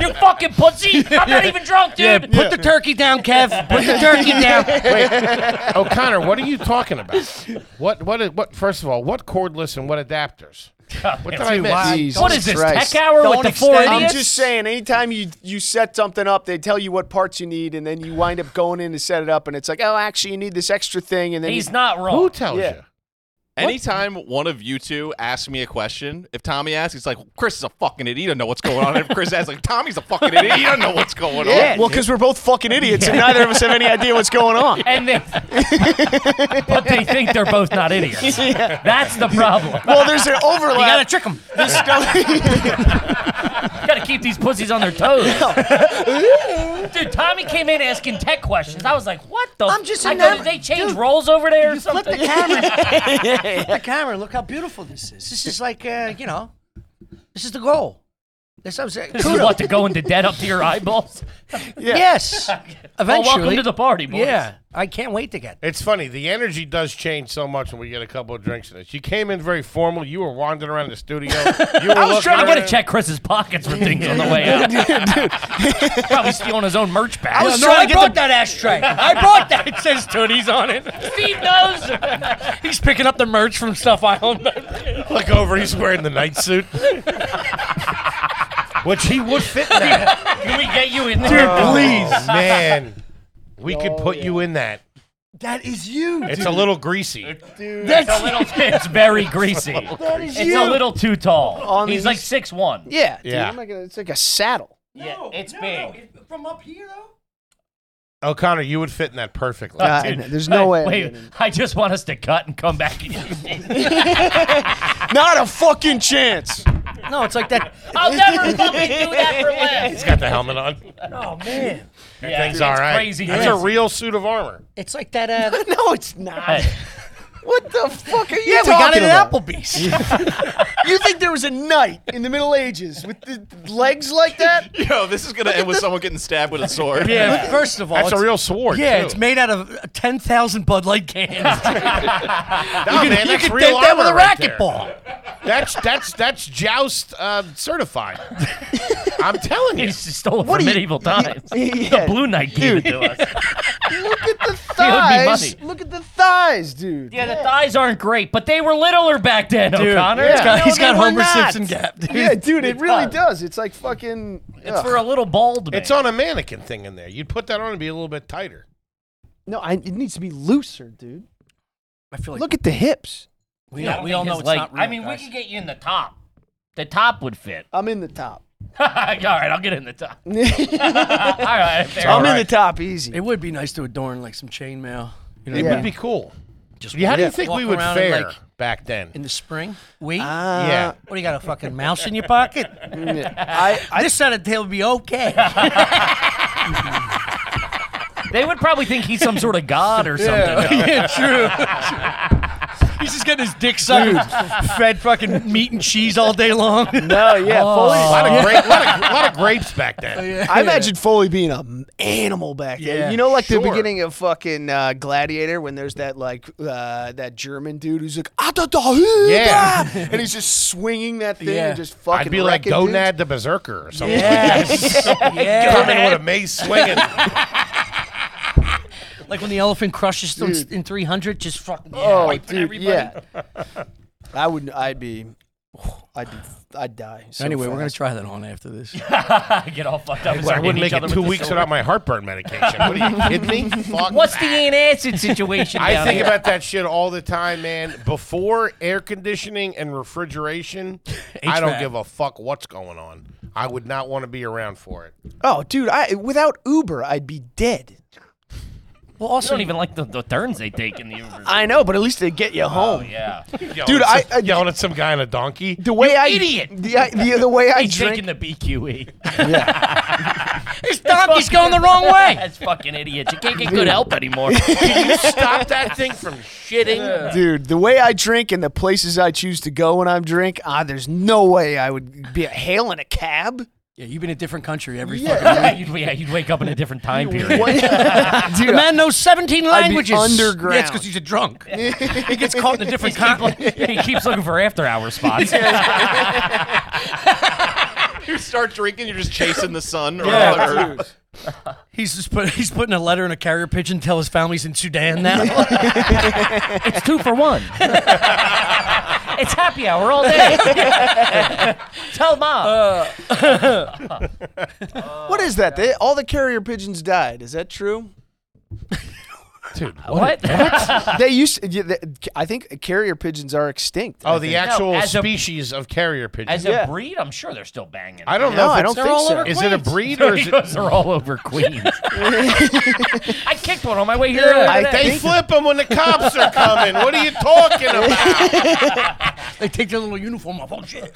S2: you fucking pussy! I'm not even drunk, dude.
S4: Put the turkey down, Kev. Put the turkey down.
S1: Wait, O'Connor, Oh, what are you talking about? What? What? is- What? First of all, what cordless and what adapters? What did I miss?
S5: Jesus
S2: What is this
S5: Christ.
S2: tech hour with the four
S4: extend-
S2: idiots?
S5: I'm just saying, anytime you, you set something up, they tell you what parts you need, and then you wind up going in to set it up, and it's like, oh, actually, you need this extra thing, and then you
S2: He's not wrong.
S1: Who tells
S5: Yeah.
S1: you?
S6: Anytime one of you two asks me a question, if Tommy asks, it's like Chris is a fucking idiot. He doesn't know what's going on. And if Chris asks, like Tommy's a fucking idiot. He doesn't know what's going
S5: Yeah,
S6: on.
S5: Oh, well, because we're both fucking idiots, and neither of us have any idea what's going on.
S2: and they, but they think they're both not idiots. That's the problem.
S5: Well, there's an overlap.
S4: You gotta trick him.
S2: Gotta keep these pussies on their toes. Dude, Tommy came in asking tech questions. I was like, what the?
S4: I'm just
S2: I
S4: in
S2: go,
S4: that-
S2: did they change roles over there or something?
S4: the camera. Look how beautiful this is. This is like, uh, you know, this is the goal. That's what I'm saying.
S2: This is what, to go into debt up to your eyeballs?
S4: Yes.
S2: Well,
S4: Eventually.
S2: welcome to the party, boys.
S4: Yeah. I can't wait to get.
S1: It's funny. The energy does change so much when we get a couple of drinks in this. You came in very formal. You were wandering around the studio. You were I
S2: I'm gonna check Chris's pockets for things on the way out. Probably stealing his own merch bag.
S4: was trying to get brought that ashtray. I brought that.
S2: It says tooties on it. Steve knows.
S4: He's picking up the merch from Stuff Island.
S1: Look over. He's wearing the night suit. Which he would fit in that.
S2: Can we get you in
S1: Dude,
S2: there?
S1: please. Man. We could put you in that.
S7: That is you.
S1: It's a little greasy.
S7: That's
S2: it's very greasy.
S7: that is
S2: It's
S7: you.
S2: a little too tall.
S5: On
S2: He's
S5: these-
S2: like six one.
S5: Yeah, dude,
S1: Yeah.
S5: I'm not gonna, it's like a saddle.
S2: Yeah, it's
S4: no,
S2: big.
S4: no, it- From up here though.
S1: O'Connor, you would fit in that perfectly.
S5: Uh,
S2: Dude,
S5: there's no way. I'm
S2: Wait,
S5: getting-
S2: I just want us to cut and come back. and-
S5: Not a fucking chance.
S4: No, it's like that.
S2: I'll never fucking do that for less.
S1: He's got the helmet on.
S4: oh man,
S2: Yeah,
S1: Things
S2: dude,
S1: all
S2: it's
S1: right.
S2: Crazy.
S1: That's
S2: Yeah.
S1: a real suit of armor.
S4: it's like that. Uh,
S5: no, it's not.
S2: Hey,
S5: What the fuck are you
S4: yeah, we
S5: talking
S4: got it at
S5: about?
S4: Applebee's.
S5: You think there was a knight in the Middle Ages with the legs like that?
S6: Yo, this is gonna end with someone getting stabbed with a sword.
S4: yeah. First of all,
S1: That's a
S4: it's-
S1: real sword.
S4: Yeah,
S1: too.
S4: it's made out of uh, 10,000 Bud Light cans.
S1: Nah,
S4: you
S1: man,
S4: can, you
S1: that's
S4: can
S1: real
S4: dent that
S1: armor
S4: with a
S1: right
S4: racquetball.
S1: there. That's that's that's joust uh, certified. I'm telling you.
S2: he stole it
S5: What
S2: from
S5: are you-
S2: medieval times.
S5: Yeah.
S2: The Blue Knight gave it to us.
S5: Look at
S2: owed
S5: the
S2: me
S5: thighs.
S2: money.
S5: Look at the thighs, dude.
S2: Yeah, the thighs aren't great, but they were littler back then, O'Connor.
S5: yeah. He's got-
S2: No,
S4: He's
S2: they
S4: got
S2: were
S4: Homer
S2: not.
S4: Simpson gap, dude.
S5: Yeah, dude, it really
S2: does.
S5: does. It's like fucking.
S2: uh, It's
S5: ugh.
S2: for a little bald man.
S1: It's on a mannequin thing in there. You'd put that on and be a little bit tighter.
S5: no, I, it needs to be looser, dude.
S4: I feel like
S5: Look at the hips.
S4: we,
S2: Yeah,
S4: all- we all know it's
S2: like,
S4: not real.
S2: I mean, we could get you in the top. The top would fit.
S5: I'm in the top.
S2: All right, I'll get in the top.
S5: I'm
S2: All right, fair.
S5: in the top easy.
S4: It would be nice to adorn like some chainmail.
S1: It
S4: You know, what I
S5: Yeah.
S1: would
S4: mean?
S1: be cool. Yeah, how do you think
S4: walk
S1: we would
S4: around and,
S1: fare
S4: like-
S1: back then?
S4: in uh, the spring. We.
S5: Uh,
S1: yeah.
S4: what do you got a fucking mouse in your pocket?
S5: I,
S4: I just said it will be okay.
S2: They would probably think he's some sort of god or something.
S4: yeah, true. He's just getting his dick sucked, fed fucking meat and cheese all day long.
S5: no, Oh,
S1: a,
S5: yeah.
S1: lot
S4: uh,
S1: of grape, lot, of, lot of grapes back then.
S5: Foley, I imagine Foley being an animal back then.
S4: Yeah,
S5: you know, like the
S1: sure.
S5: beginning of fucking uh, Gladiator when there's that like uh, that German dude who's like, "Ah, da, da, hoo,
S1: Yeah.
S5: da," and he's just swinging that thing
S4: Yeah.
S5: and just fucking.
S1: I'd be like
S5: wrecking dudes.
S1: Gonad the Berserker or something.
S4: Yes.
S1: Coming
S4: yeah.
S1: with a mace swinging.
S4: Like when the elephant crushes them in 300, just fucking.
S5: Oh,
S4: wiping
S5: dude,
S4: everybody.
S5: yeah. I would. I'd be. I'd be. I'd die. so
S4: anyway, we're gonna
S5: fast.
S4: try that on after this.
S2: get all fucked up. and
S1: I
S2: start
S1: wouldn't
S2: hitting
S1: make
S2: each
S1: it
S2: other
S1: two
S2: with the
S1: weeks
S2: sword.
S1: without my heartburn medication. What are you kidding me? Fuck.
S2: What's the antacid situation?
S1: I
S2: down
S1: think
S2: here?
S1: about that shit all the time, man. Before air conditioning and refrigeration, I don't
S4: HVAC.
S1: give a fuck what's going on. I would not want to be around for it.
S5: Oh, dude! I without Uber, I'd be dead.
S4: Well,
S2: I
S4: also,
S2: don't even like the, the turns they take in the universe.
S5: I know, but at least they get you home.
S2: yeah.
S5: Dude, I- I-
S1: yelling at some guy on a donkey.
S5: The way I
S2: idiot!
S5: the, I- the the way I
S2: He's
S5: drink.
S2: taking the E. BQE.
S4: his donkey's going the wrong way.
S2: That's fucking idiots. You can't get good help anymore.
S1: Stop that thing from shitting.
S5: Dude, the way I drink and the places I choose to go when I'm drink, ah, there's no way I would be hailing a cab.
S4: Yeah, you've been in a different country every fucking.
S2: yeah, you'd, yeah, you'd wake up in a different time period.
S5: What-
S4: The
S5: dude,
S4: man knows 17
S5: I'd be
S4: languages.
S5: underground.
S4: Yeah, it's because he's a drunk. he gets caught in a different
S2: He keep-
S4: continent.
S2: he keeps looking for after hour spots.
S6: You start drinking, you're just chasing the sun. Or
S5: Yeah,
S6: or-
S5: dude.
S4: He's just put, he's putting a letter in a carrier pigeon. Tell his family's in Sudan now.
S2: It's two for one. it's happy hour all day. Tell mom.
S5: What is that? They, all the carrier pigeons died. Is that true?
S1: Dude,
S2: what?
S5: they used. yeah, they- I think carrier pigeons are extinct.
S1: Oh, the actual
S2: as a-
S1: species of carrier pigeons.
S2: As
S1: I
S2: a
S5: Yeah.
S2: breed, I'm sure they're still banging.
S1: I don't know.
S5: No,
S1: If
S5: I
S1: it's-
S5: don't think so.
S1: Is it a breed or is it?
S2: Those are all over Queens. I kicked one on my way here.
S5: Yeah, I
S2: today.
S5: think-
S1: They flip them when the cops are coming. What are you talking about?
S4: they take their little uniform off. Oh shit!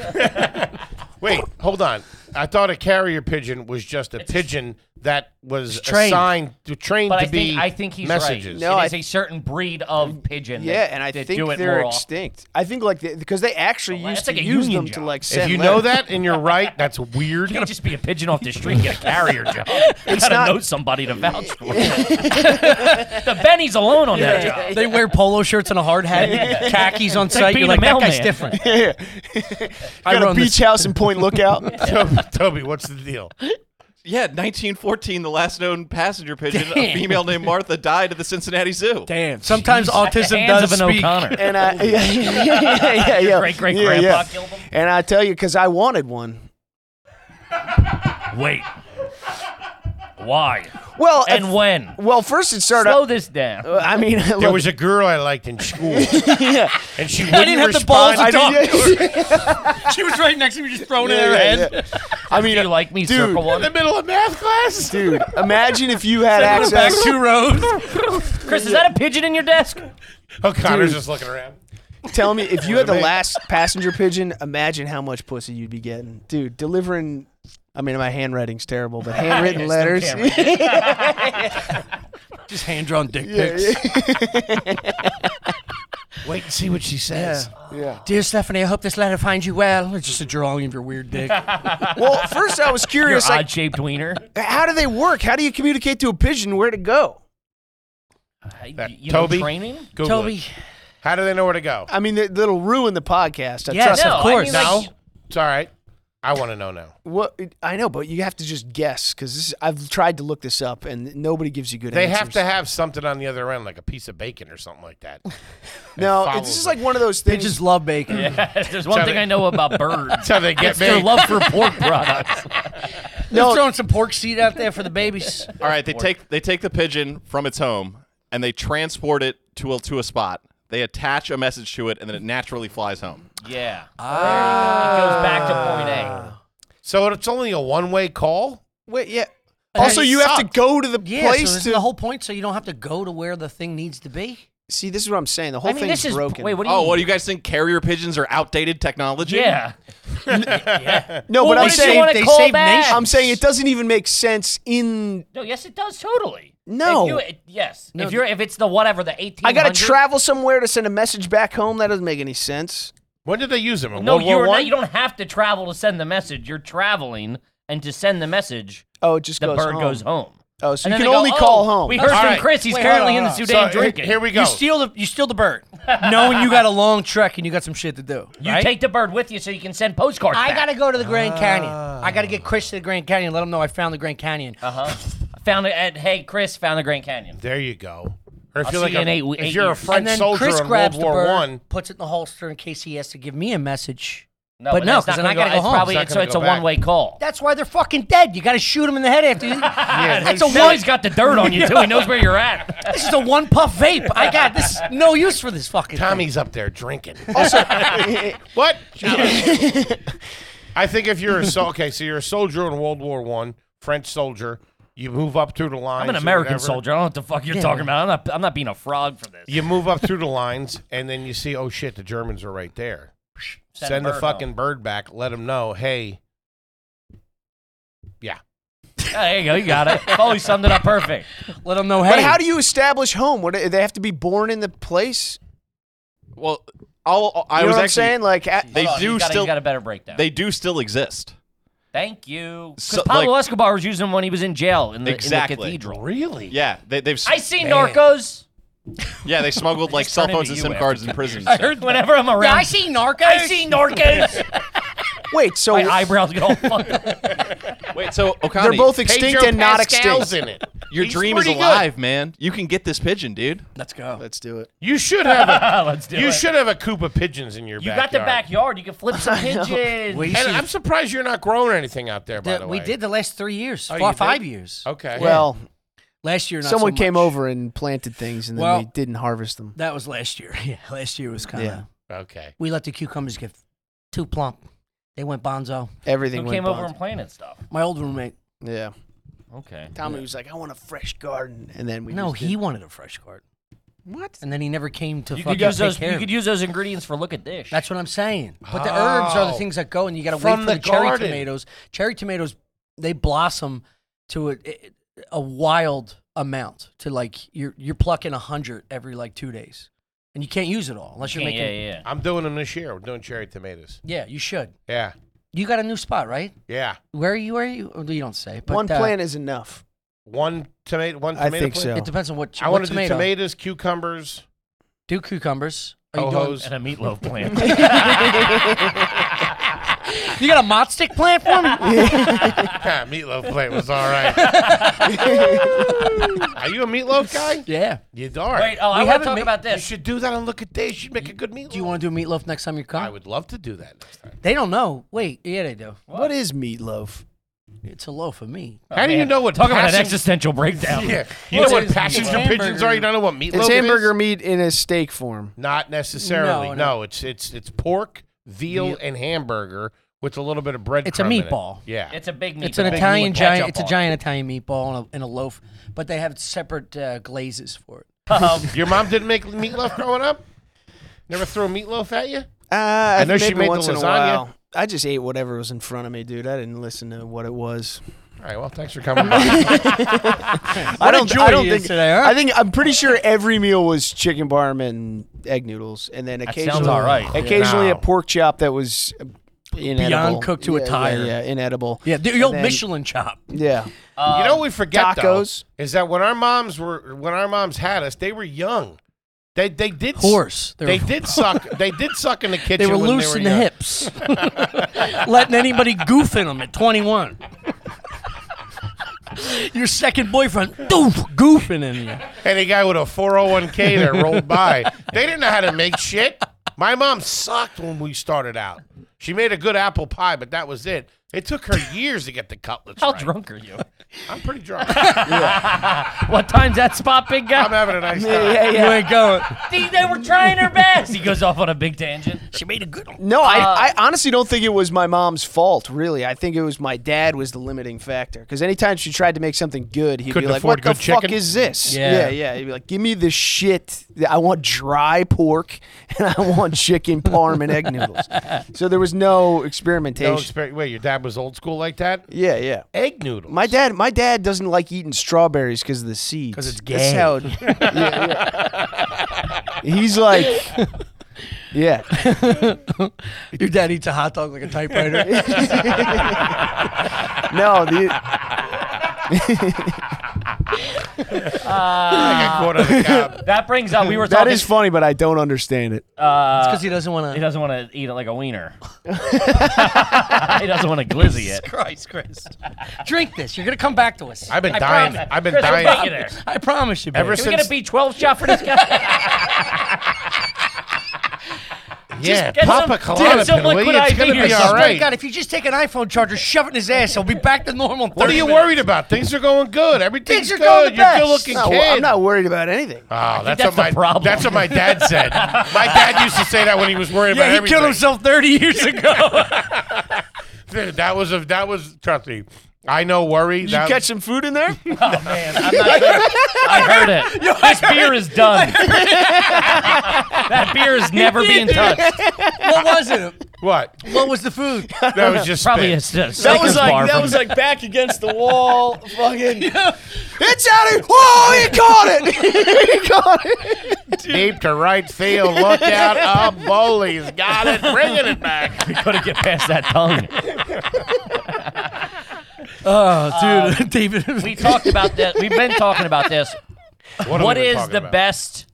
S1: Wait, hold on. I thought a carrier pigeon was just a pigeon that was
S4: trained.
S1: assigned to trained
S2: but
S1: to
S2: I
S1: be
S2: think I think he's
S1: messages.
S2: right.
S5: No,
S2: it
S5: I-
S2: is a certain breed of pigeon.
S5: Yeah,
S2: that,
S5: and I
S2: that
S5: think
S2: do it
S5: they're
S2: more
S5: extinct. I think like because they actually
S2: Well,
S5: used
S2: that's
S5: to
S2: like a
S5: use
S2: union
S5: them to
S2: job.
S5: like send.
S1: If you know
S5: letters.
S1: that and you're right, that's weird.
S2: You can't just be a pigeon off the street and get a carrier job. You gotta
S5: not-
S2: know somebody to vouch for. the Benny's alone on that job.
S4: They wear polo shirts and a hard hat, and khakis on site.
S2: being
S4: You're
S2: a
S4: like that guy's
S2: mailman."
S4: different. I
S5: got a
S4: run
S5: beach
S4: this-
S5: house in Point Lookout.
S1: Toby, Toby, what's the deal?
S6: yeah, 1914, the last known passenger pigeon, a female named Martha, died at the Cincinnati Zoo.
S4: Damn. Sometimes
S2: At the
S4: autism
S2: hands
S4: does
S2: of an
S4: speak.
S2: O'Connor.
S5: and I, yeah, yeah, yeah, yeah, yeah.
S2: Great great
S5: Yeah,
S2: grandpa
S5: yeah.
S2: killed him.
S5: And I tell you, because I wanted one.
S2: Wait. Why?
S5: Well,
S2: And
S5: at-
S2: when?
S5: well, first it started.
S2: Slow
S5: out
S2: this down.
S5: I mean,
S1: There
S5: look,
S1: was a girl I liked in school, and she wouldn't
S2: I didn't have the balls
S1: respond.
S2: to talk.
S4: she was right next to me, just throwing it
S5: Yeah,
S4: in her
S5: yeah,
S4: head.
S5: yeah.
S2: I mean, do you like me,
S5: dude.
S2: circle one?
S1: middle of math class.
S5: dude. Imagine if you had
S4: Put it back
S5: access.
S4: two rows.
S2: Chris, is that a pigeon in your desk?
S1: O'Connor's Oh, just looking around.
S5: Tell me, if you had the last passenger pigeon, imagine how much pussy you'd be getting, dude. Delivering. I mean, my handwriting's terrible, but handwritten letters.
S4: Just hand drawn dick pics. Wait and see what she says.
S5: yeah.
S4: Dear Stephanie, I hope this letter finds you well. It's just a drawing of your weird dick.
S5: Well, first I was
S2: Your
S5: curious, like,
S2: odd shaped wiener.
S5: how do they work? How do you communicate to a pigeon where to go?
S2: Uh, you
S1: Toby?
S2: know, training?
S1: Google it.
S4: Toby,
S1: How do they know where to go?
S5: I mean, that- that'll ruin the podcast. I
S4: Yeah,
S5: trust
S4: no,
S5: me.
S4: of course.
S2: I mean, like,
S1: It's all right. I want to know now.
S5: What I know, but you have to just guess because this. Is, I've tried to look this up, and nobody gives you good
S1: They
S5: answers.
S1: have to have something on the other end, like a piece of bacon or something like that.
S5: No,
S1: follow
S5: it's just
S1: the-
S5: like one of those things.
S4: pigeons love bacon.
S2: If There's one
S1: Tell
S2: thing
S1: me-
S2: I know about birds.
S1: So they get
S2: It's their
S1: me.
S2: love for pork products.
S4: They're throwing some pork seed out there for the babies.
S6: All right, they take they take the pigeon from its home and they transport it to a, to a spot. They attach a message to it and then it naturally flies home.
S2: Yeah. Ah. It goes back to point
S5: Ah.
S2: A.
S1: So it's only a one-way call.
S5: Wait, yeah. Also,
S4: it
S5: you have to go to the
S4: Yeah, so
S5: place
S4: is
S5: to
S4: the whole point so you don't have to go to where the thing needs to be.
S5: see. This is what I'm saying. The whole
S2: I mean,
S5: thing's
S2: this is.
S5: broken.
S2: Wait, what do you
S6: Oh,
S2: mean?
S6: what do you guys think? Carrier pigeons are outdated technology?
S2: Yeah.
S5: no,
S2: Well,
S5: but I'm
S2: what did you
S5: saying
S2: wanna
S5: they
S2: call
S5: save
S2: that?
S5: I'm saying it doesn't even make sense. In
S2: No, yes, it does totally.
S5: No.
S2: If you, it- yes. if you're, if it's the whatever, the 18.
S5: I gotta travel somewhere to send a message back home. That doesn't make any sense.
S1: When did they use them? In
S2: No,
S1: World War
S2: you're
S1: One?
S2: not, you don't have to travel to send the message. You're traveling, and to send the message,
S5: Oh, it just
S2: the
S5: goes
S2: bird
S5: home.
S2: goes home.
S5: Oh, so
S2: And then
S5: you can
S2: they go,
S5: only call
S2: "Oh,
S5: home.
S2: We heard
S1: All
S2: from
S1: right.
S2: Chris. He's
S1: Wait, hold
S2: currently
S1: on,
S2: in the
S1: hold on.
S2: Sudan
S1: So, he-
S2: drinking.
S1: Here we go.
S4: You steal the you steal the bird, Oh. knowing you got a long trek and you got some shit to do.
S2: You
S4: right?
S2: take the bird with you so you can send postcards.
S4: I
S2: back.
S4: gotta go to the Grand Canyon. I gotta
S5: Ah.
S4: get Chris to the Grand Canyon. Let him know I found the Grand Canyon.
S2: Found it at hey Chris found the Grand Canyon.
S1: there you go. Or if
S2: I'll
S1: you're
S2: see
S1: like
S2: you
S1: a,
S2: in eight we-
S1: if
S2: eight
S1: you're a
S2: years.
S1: French
S4: and then
S1: soldier
S4: Chris
S1: in World
S4: grabs the
S1: War
S4: bird,
S1: One,
S4: puts it in the holster in case he has to give me a message.
S2: No,
S4: But no,
S2: that's
S4: 'cause
S2: not
S4: then I
S2: gonna
S4: gotta go
S2: it's
S4: home.
S2: Probably,
S1: It's not
S2: it's, so
S1: gonna
S2: it's
S1: go
S2: a
S1: back.
S2: one way call.
S4: That's why they're fucking dead. You gotta shoot him in the head after you. that's a
S2: now
S4: one.
S2: he's got the dirt on you too. He knows where you're at.
S4: This is a one puff vape. I got this. is No use for this fucking. thing.
S1: Tommy's up there drinking. what? I think if you're a sol- okay, so you're a soldier in World War One, French soldier. You move up through the lines.
S2: I'm an
S1: or
S2: American
S1: whatever.
S2: soldier. I don't know what the fuck you're talking about. I'm not. I'm not being a frog for this.
S1: You move up through the lines, and then you see, oh shit, the Germans are right there. Send,
S2: a
S1: the
S2: bird
S1: fucking bird back. Let them know, hey. Yeah.
S2: Oh, there you go. You got it. Foley summed it up perfect.
S4: Let him know. Hey,
S5: But how do you establish home? What they have to be born in the place?
S6: Well, I'll, I
S5: You know
S6: was
S5: what I'm
S6: actually
S5: saying? Like, a-
S6: they
S2: Hold on,
S6: do
S2: you got
S6: still
S2: you got a better breakdown.
S6: they do still exist.
S2: Thank you. 'Cause
S6: So,
S2: Pablo
S6: like-
S2: Escobar was using them when he was in jail in the, in the
S6: Exactly.
S2: cathedral.
S1: Really?
S6: Yeah, they, they've s-
S2: I see Narcos.
S6: yeah they smuggled like
S2: just
S6: cell
S2: turned
S6: phones and
S2: into
S6: SIM
S2: you
S6: cards in prison.
S2: I heard whenever I'm around. I see Narcos. I see Narcos.
S5: wait, so
S2: My eyebrows get all fucked up.
S6: Wait, so O'Connor,
S5: they're both
S1: Pedro
S5: extinct and not
S1: Pascal's in
S5: extinct.
S1: it.
S6: your
S1: He's
S6: dream is
S1: pretty good.
S6: alive, man. You can get this pigeon, dude.
S4: Let's go.
S5: Let's do it.
S1: You should have a
S2: Let's do
S1: you
S2: it.
S1: should have a coop of pigeons in your
S2: You
S1: backyard.
S2: got the backyard. You can flip some pigeons.
S4: We,
S1: And
S4: should-
S1: I'm surprised you're not growing anything out there, by
S4: the-
S1: the way.
S4: we did the last three years,
S1: Oh,
S4: four
S1: you did?
S4: five years.
S1: Okay.
S5: Well,
S4: Last year, not so
S5: someone came
S4: much.
S5: over and planted things, and then
S4: Well-
S5: we didn't harvest them.
S4: That was last year. Yeah, last year was kind of.
S5: Yeah.
S1: Okay.
S4: We let the cucumbers get too plump. They went bonzo.
S5: Everything
S2: Who
S5: went
S2: came over and
S5: bonzo.
S2: planted stuff?
S4: My old roommate.
S5: Yeah.
S2: Okay.
S5: Tommy was like, "I want a fresh garden," and then we
S4: no,
S5: just
S4: he
S5: didn't.
S4: wanted a fresh card. What? And then he never came to
S2: You
S4: fucking
S2: could use
S4: take
S2: those.
S4: care
S2: You
S4: of
S2: could
S4: it.
S2: use those ingredients for look at dish.
S4: That's what I'm saying. But the herbs are
S1: Oh.
S4: the things that go, and you got to wait
S1: From
S4: for
S1: the
S4: the, cherry
S1: garden.
S4: tomatoes. Cherry tomatoes, they blossom to a, a wild amount. To like you're you're plucking a hundred every like two days, and you can't use it all unless
S2: yeah,
S4: you're making.
S2: yeah, yeah.
S1: I'm doing them this year. We're doing cherry tomatoes.
S4: Yeah, you should.
S1: Yeah.
S4: You got a new spot, right?
S1: Yeah.
S4: Where are you? Where are you? Well, You don't say. But
S5: one
S4: uh,
S5: plant is enough.
S1: One tomato. One
S5: I
S1: tomato.
S5: think
S1: plant?
S5: so.
S4: It depends on what.
S1: I
S4: what
S1: want to do
S4: tomato.
S1: tomatoes, cucumbers,
S4: Do cucumbers. Are you, doing,
S1: ho-hos.
S2: And a meatloaf plant.
S4: you got a mott stick plant for me?
S1: Ah, meatloaf plate was all right. are you a meatloaf guy?
S4: yeah.
S1: You are.
S2: Wait. Oh, I want
S4: We
S2: to
S4: haven't
S2: talk
S4: ma-
S2: about
S1: you
S2: this.
S1: should do that on Look at Dave. You should make a good meatloaf.
S4: Do you want to do meatloaf next time you come?
S1: I would love to do that next time.
S4: They don't know. Wait, yeah, they do.
S5: what is meatloaf?
S4: It's a low for me.
S1: How do you know what
S2: Oh, Talk about an
S1: passenger-
S2: existential breakdown.
S1: Yeah. You
S4: Well,
S1: know what
S4: it's-
S1: passenger
S4: it's
S1: pigeons are? You don't know what meatloaf
S5: It's
S1: it
S5: hamburger
S1: is?
S5: meat in a steak form.
S1: Not necessarily.
S4: No,
S1: No,
S4: no.
S1: it's it's it's pork, veal,
S4: Veal.
S1: and hamburger with a little bit of bread.
S4: It's a meatball.
S1: Yeah.
S2: It's a big meatball.
S4: It's an Italian giant. It's a giant Italian meatball and a, and a loaf, but they have separate uh, glazes for it.
S1: Your mom didn't make meatloaf growing up. Never threw a meatloaf at you.
S5: Uh, I,
S1: know she
S5: maybe
S1: made the
S5: once in a
S1: lasagna.
S5: while. I just ate whatever was in front of me, dude. I didn't listen to what it was.
S1: All right. Well, thanks for coming. by.
S5: I don't. I don't
S4: you
S5: think.
S4: today, huh?
S5: I think I'm pretty sure every meal was chicken parm and egg noodles, and then
S2: sounds
S5: occasionally,
S2: all right.
S5: occasionally
S1: No.
S5: a pork chop that was uh, inedible.
S4: cooked to a
S5: Yeah, yeah,
S4: tire.
S5: Yeah, inedible.
S4: Yeah, the old
S5: then-
S4: Michelin chop.
S5: Yeah.
S1: you know what we
S4: Um,
S1: forget
S5: tacos.
S1: though is that when our moms were when our moms had us, they were young. They they did s-
S4: Horse.
S1: They did suck. They did suck in the kitchen.
S4: They were
S1: when
S4: loose
S1: were
S4: in the
S1: young.
S4: hips, letting anybody goof in them at 21. Your second boyfriend, doof, goofing in you.
S1: Any guy with a 401k that rolled by, they didn't know how to make shit. My mom sucked when we started out. She made a good apple pie, but that was it. It took her years to get the cutlets
S2: How
S1: right.
S2: drunk are you?
S1: I'm pretty drunk. I'm
S2: what time's that spot, big guy?
S1: having a nice time.
S5: Yeah, yeah.
S4: You ain't going.
S2: See, they were trying their best. He goes off on a big tangent.
S4: She made a good one.
S5: No,
S2: Uh,
S5: I, I honestly don't think it was my mom's fault. Really, I think it was my dad was the limiting factor. Because anytime she tried to make something good, he'd
S1: Couldn't
S5: be like,
S1: afford
S5: "What the
S1: good chicken?"
S5: fuck is this?"
S4: Yeah.
S5: yeah, He'd be like, "Give me the shit. I want dry pork and I want chicken parm and egg noodles." So there was no experimentation.
S1: No exper- Wait, your dad was old school like that?
S5: yeah, yeah.
S1: Egg noodles.
S5: My dad, my dad doesn't like eating strawberries because of the seeds. Because
S4: it's
S5: That's
S4: gay.
S5: how it- yeah, yeah. He's like, yeah.
S4: Your dad eats a hot dog like a typewriter.
S5: No, the,
S1: Like a quarter of a cup.
S2: That brings up. We were
S5: that
S2: talking.
S5: is funny, but I don't understand it.
S4: because he doesn't want
S2: he
S4: to.
S2: doesn't want to eat it like a wiener. he doesn't want to glizzy it.
S4: Christ, Chris. Drink this. You're going to come back to us.
S1: I've been
S2: I
S1: dying.
S2: promise.
S1: I've been
S2: Chris, we'll take you
S1: dying.
S2: there.
S4: I promise you, babe.
S1: Ever
S2: Can
S1: since
S2: we get a B12 shot for this guy?
S1: yeah,
S2: Get
S1: Papa
S2: some,
S1: Kalana
S2: get some
S1: pin, will
S2: liquid
S1: you? It's
S2: IV
S1: gonna
S2: or
S1: be
S2: something.
S1: all right.
S4: God, if you just take an iPhone charger, shove it in his ass, he'll be back to normal. in
S1: What are
S4: 30
S1: you
S4: minutes.
S1: worried about? Things are going good. Everything's
S4: Things are
S1: good.
S4: going the
S1: You're
S4: best.
S1: good looking
S5: No,
S1: kid.
S5: well, I'm not worried about anything.
S1: Oh, that's,
S2: that's
S1: what
S2: the
S1: my
S2: problem.
S1: That's what my dad said. my dad used to say that when he was worried
S4: Yeah,
S1: about
S4: he
S1: everything.
S4: killed himself 30 years ago.
S1: Dude, that was a that was trust me. I know worry.
S5: Did you
S1: that,
S5: catch some food in there?
S2: Man, I'm not sure. I heard it. this beer is done. that beer is never being touched.
S4: what was it?
S1: what?
S4: What was the food?
S1: That was just
S2: Probably a,
S1: spit.
S5: That was like that was like back against the wall, fucking. It's out of. Whoa! He caught it. he caught it.
S1: deep to right field. Look out, up, Bowley's got it, bringing it back.
S2: we couldn't get past that tongue.
S4: Oh, dude, David.
S2: We talked about this. We've been talking about this.
S1: What, are
S2: what
S1: we even
S2: is
S1: talking
S2: the
S1: about?
S2: best?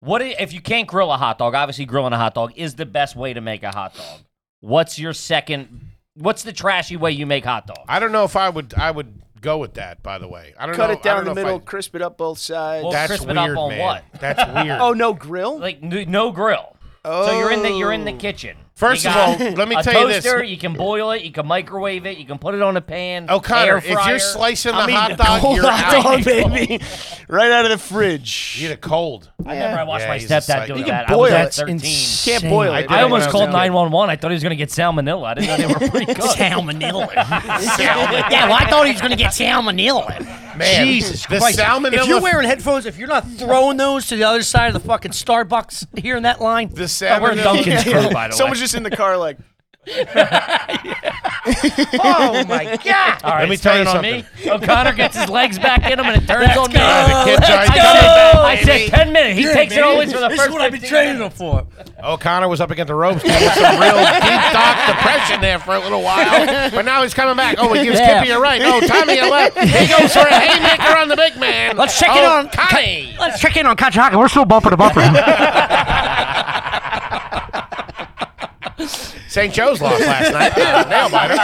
S2: What i- if you can't grill a hot dog? Obviously, grilling a hot dog is the best way to make a hot dog. What's your second? What's the trashy way you make hot dog?
S1: I don't know if I would. I would go with that. By the way, I don't
S5: Cut
S1: know.
S5: it down
S1: I
S5: the
S1: don't know if
S5: middle,
S1: I-
S5: crisp it up both sides.
S2: Well,
S1: that's
S2: Crisp it
S1: weird,
S2: up on
S1: man.
S2: what?
S1: That's weird.
S5: oh no, grill.
S2: Like n- no grill. So you're in the you're in the kitchen.
S1: First
S2: You
S1: of all,
S2: got
S1: let me
S2: a
S1: tell you this.
S2: toaster. You can boil it. You can microwave it. You can put it on a pan.
S1: O'Connor,
S2: air
S1: if
S2: fryer.
S1: you're slicing the
S5: I mean,
S1: hot dog,
S5: cold
S1: you're
S5: hot
S1: out.
S5: dog, baby, right out of the fridge.
S1: You Get a cold.
S2: I remember I watched
S1: Yeah,
S2: my
S1: he's a
S2: stepdad
S1: psycho.
S2: do
S1: You
S5: can
S2: that.
S5: boil
S2: I
S5: it.
S2: was at 13.
S5: Can't boil it.
S1: I
S2: I almost
S1: Yeah,
S2: called
S1: yeah.
S2: 911. I thought he was going to get salmonella. I didn't know they were pretty good.
S4: yeah, well, I thought he was going to get salmonella.
S1: Man,
S4: Jesus
S1: the
S4: Christ.
S1: salmonella.
S4: If you're wearing headphones, if you're not throwing those to the other side of the fucking Starbucks here in that line,
S1: the
S2: Oh, we're
S1: salmonella.
S2: Duncan's crew, by the way.
S5: Someone's just in the car, like.
S4: oh my God.
S2: All right,
S1: Let me
S2: it's
S1: tell you
S2: turning on me. O'Connor gets his legs back in him, and it turns on me.
S1: Ah, the kids are-
S2: I said, I said 10 minutes. He takes it always for the
S4: this
S2: first
S4: is what I've been
S2: 15
S4: training
S2: minutes.
S4: him for.
S1: O'Connor was up against the ropes with some real deep dark depression there for a little while, but now he's coming back. Oh, he gives
S4: Yeah.
S1: Kippy a right. Oh, Tommy a left. He goes for a haymaker on the big man.
S4: Let's check it
S1: oh,
S4: on-
S1: Connie.
S4: Let's check in on Coach Hockey. We're still bumper to bumper.
S1: St. Joe's lost last night. Uh, nail biter.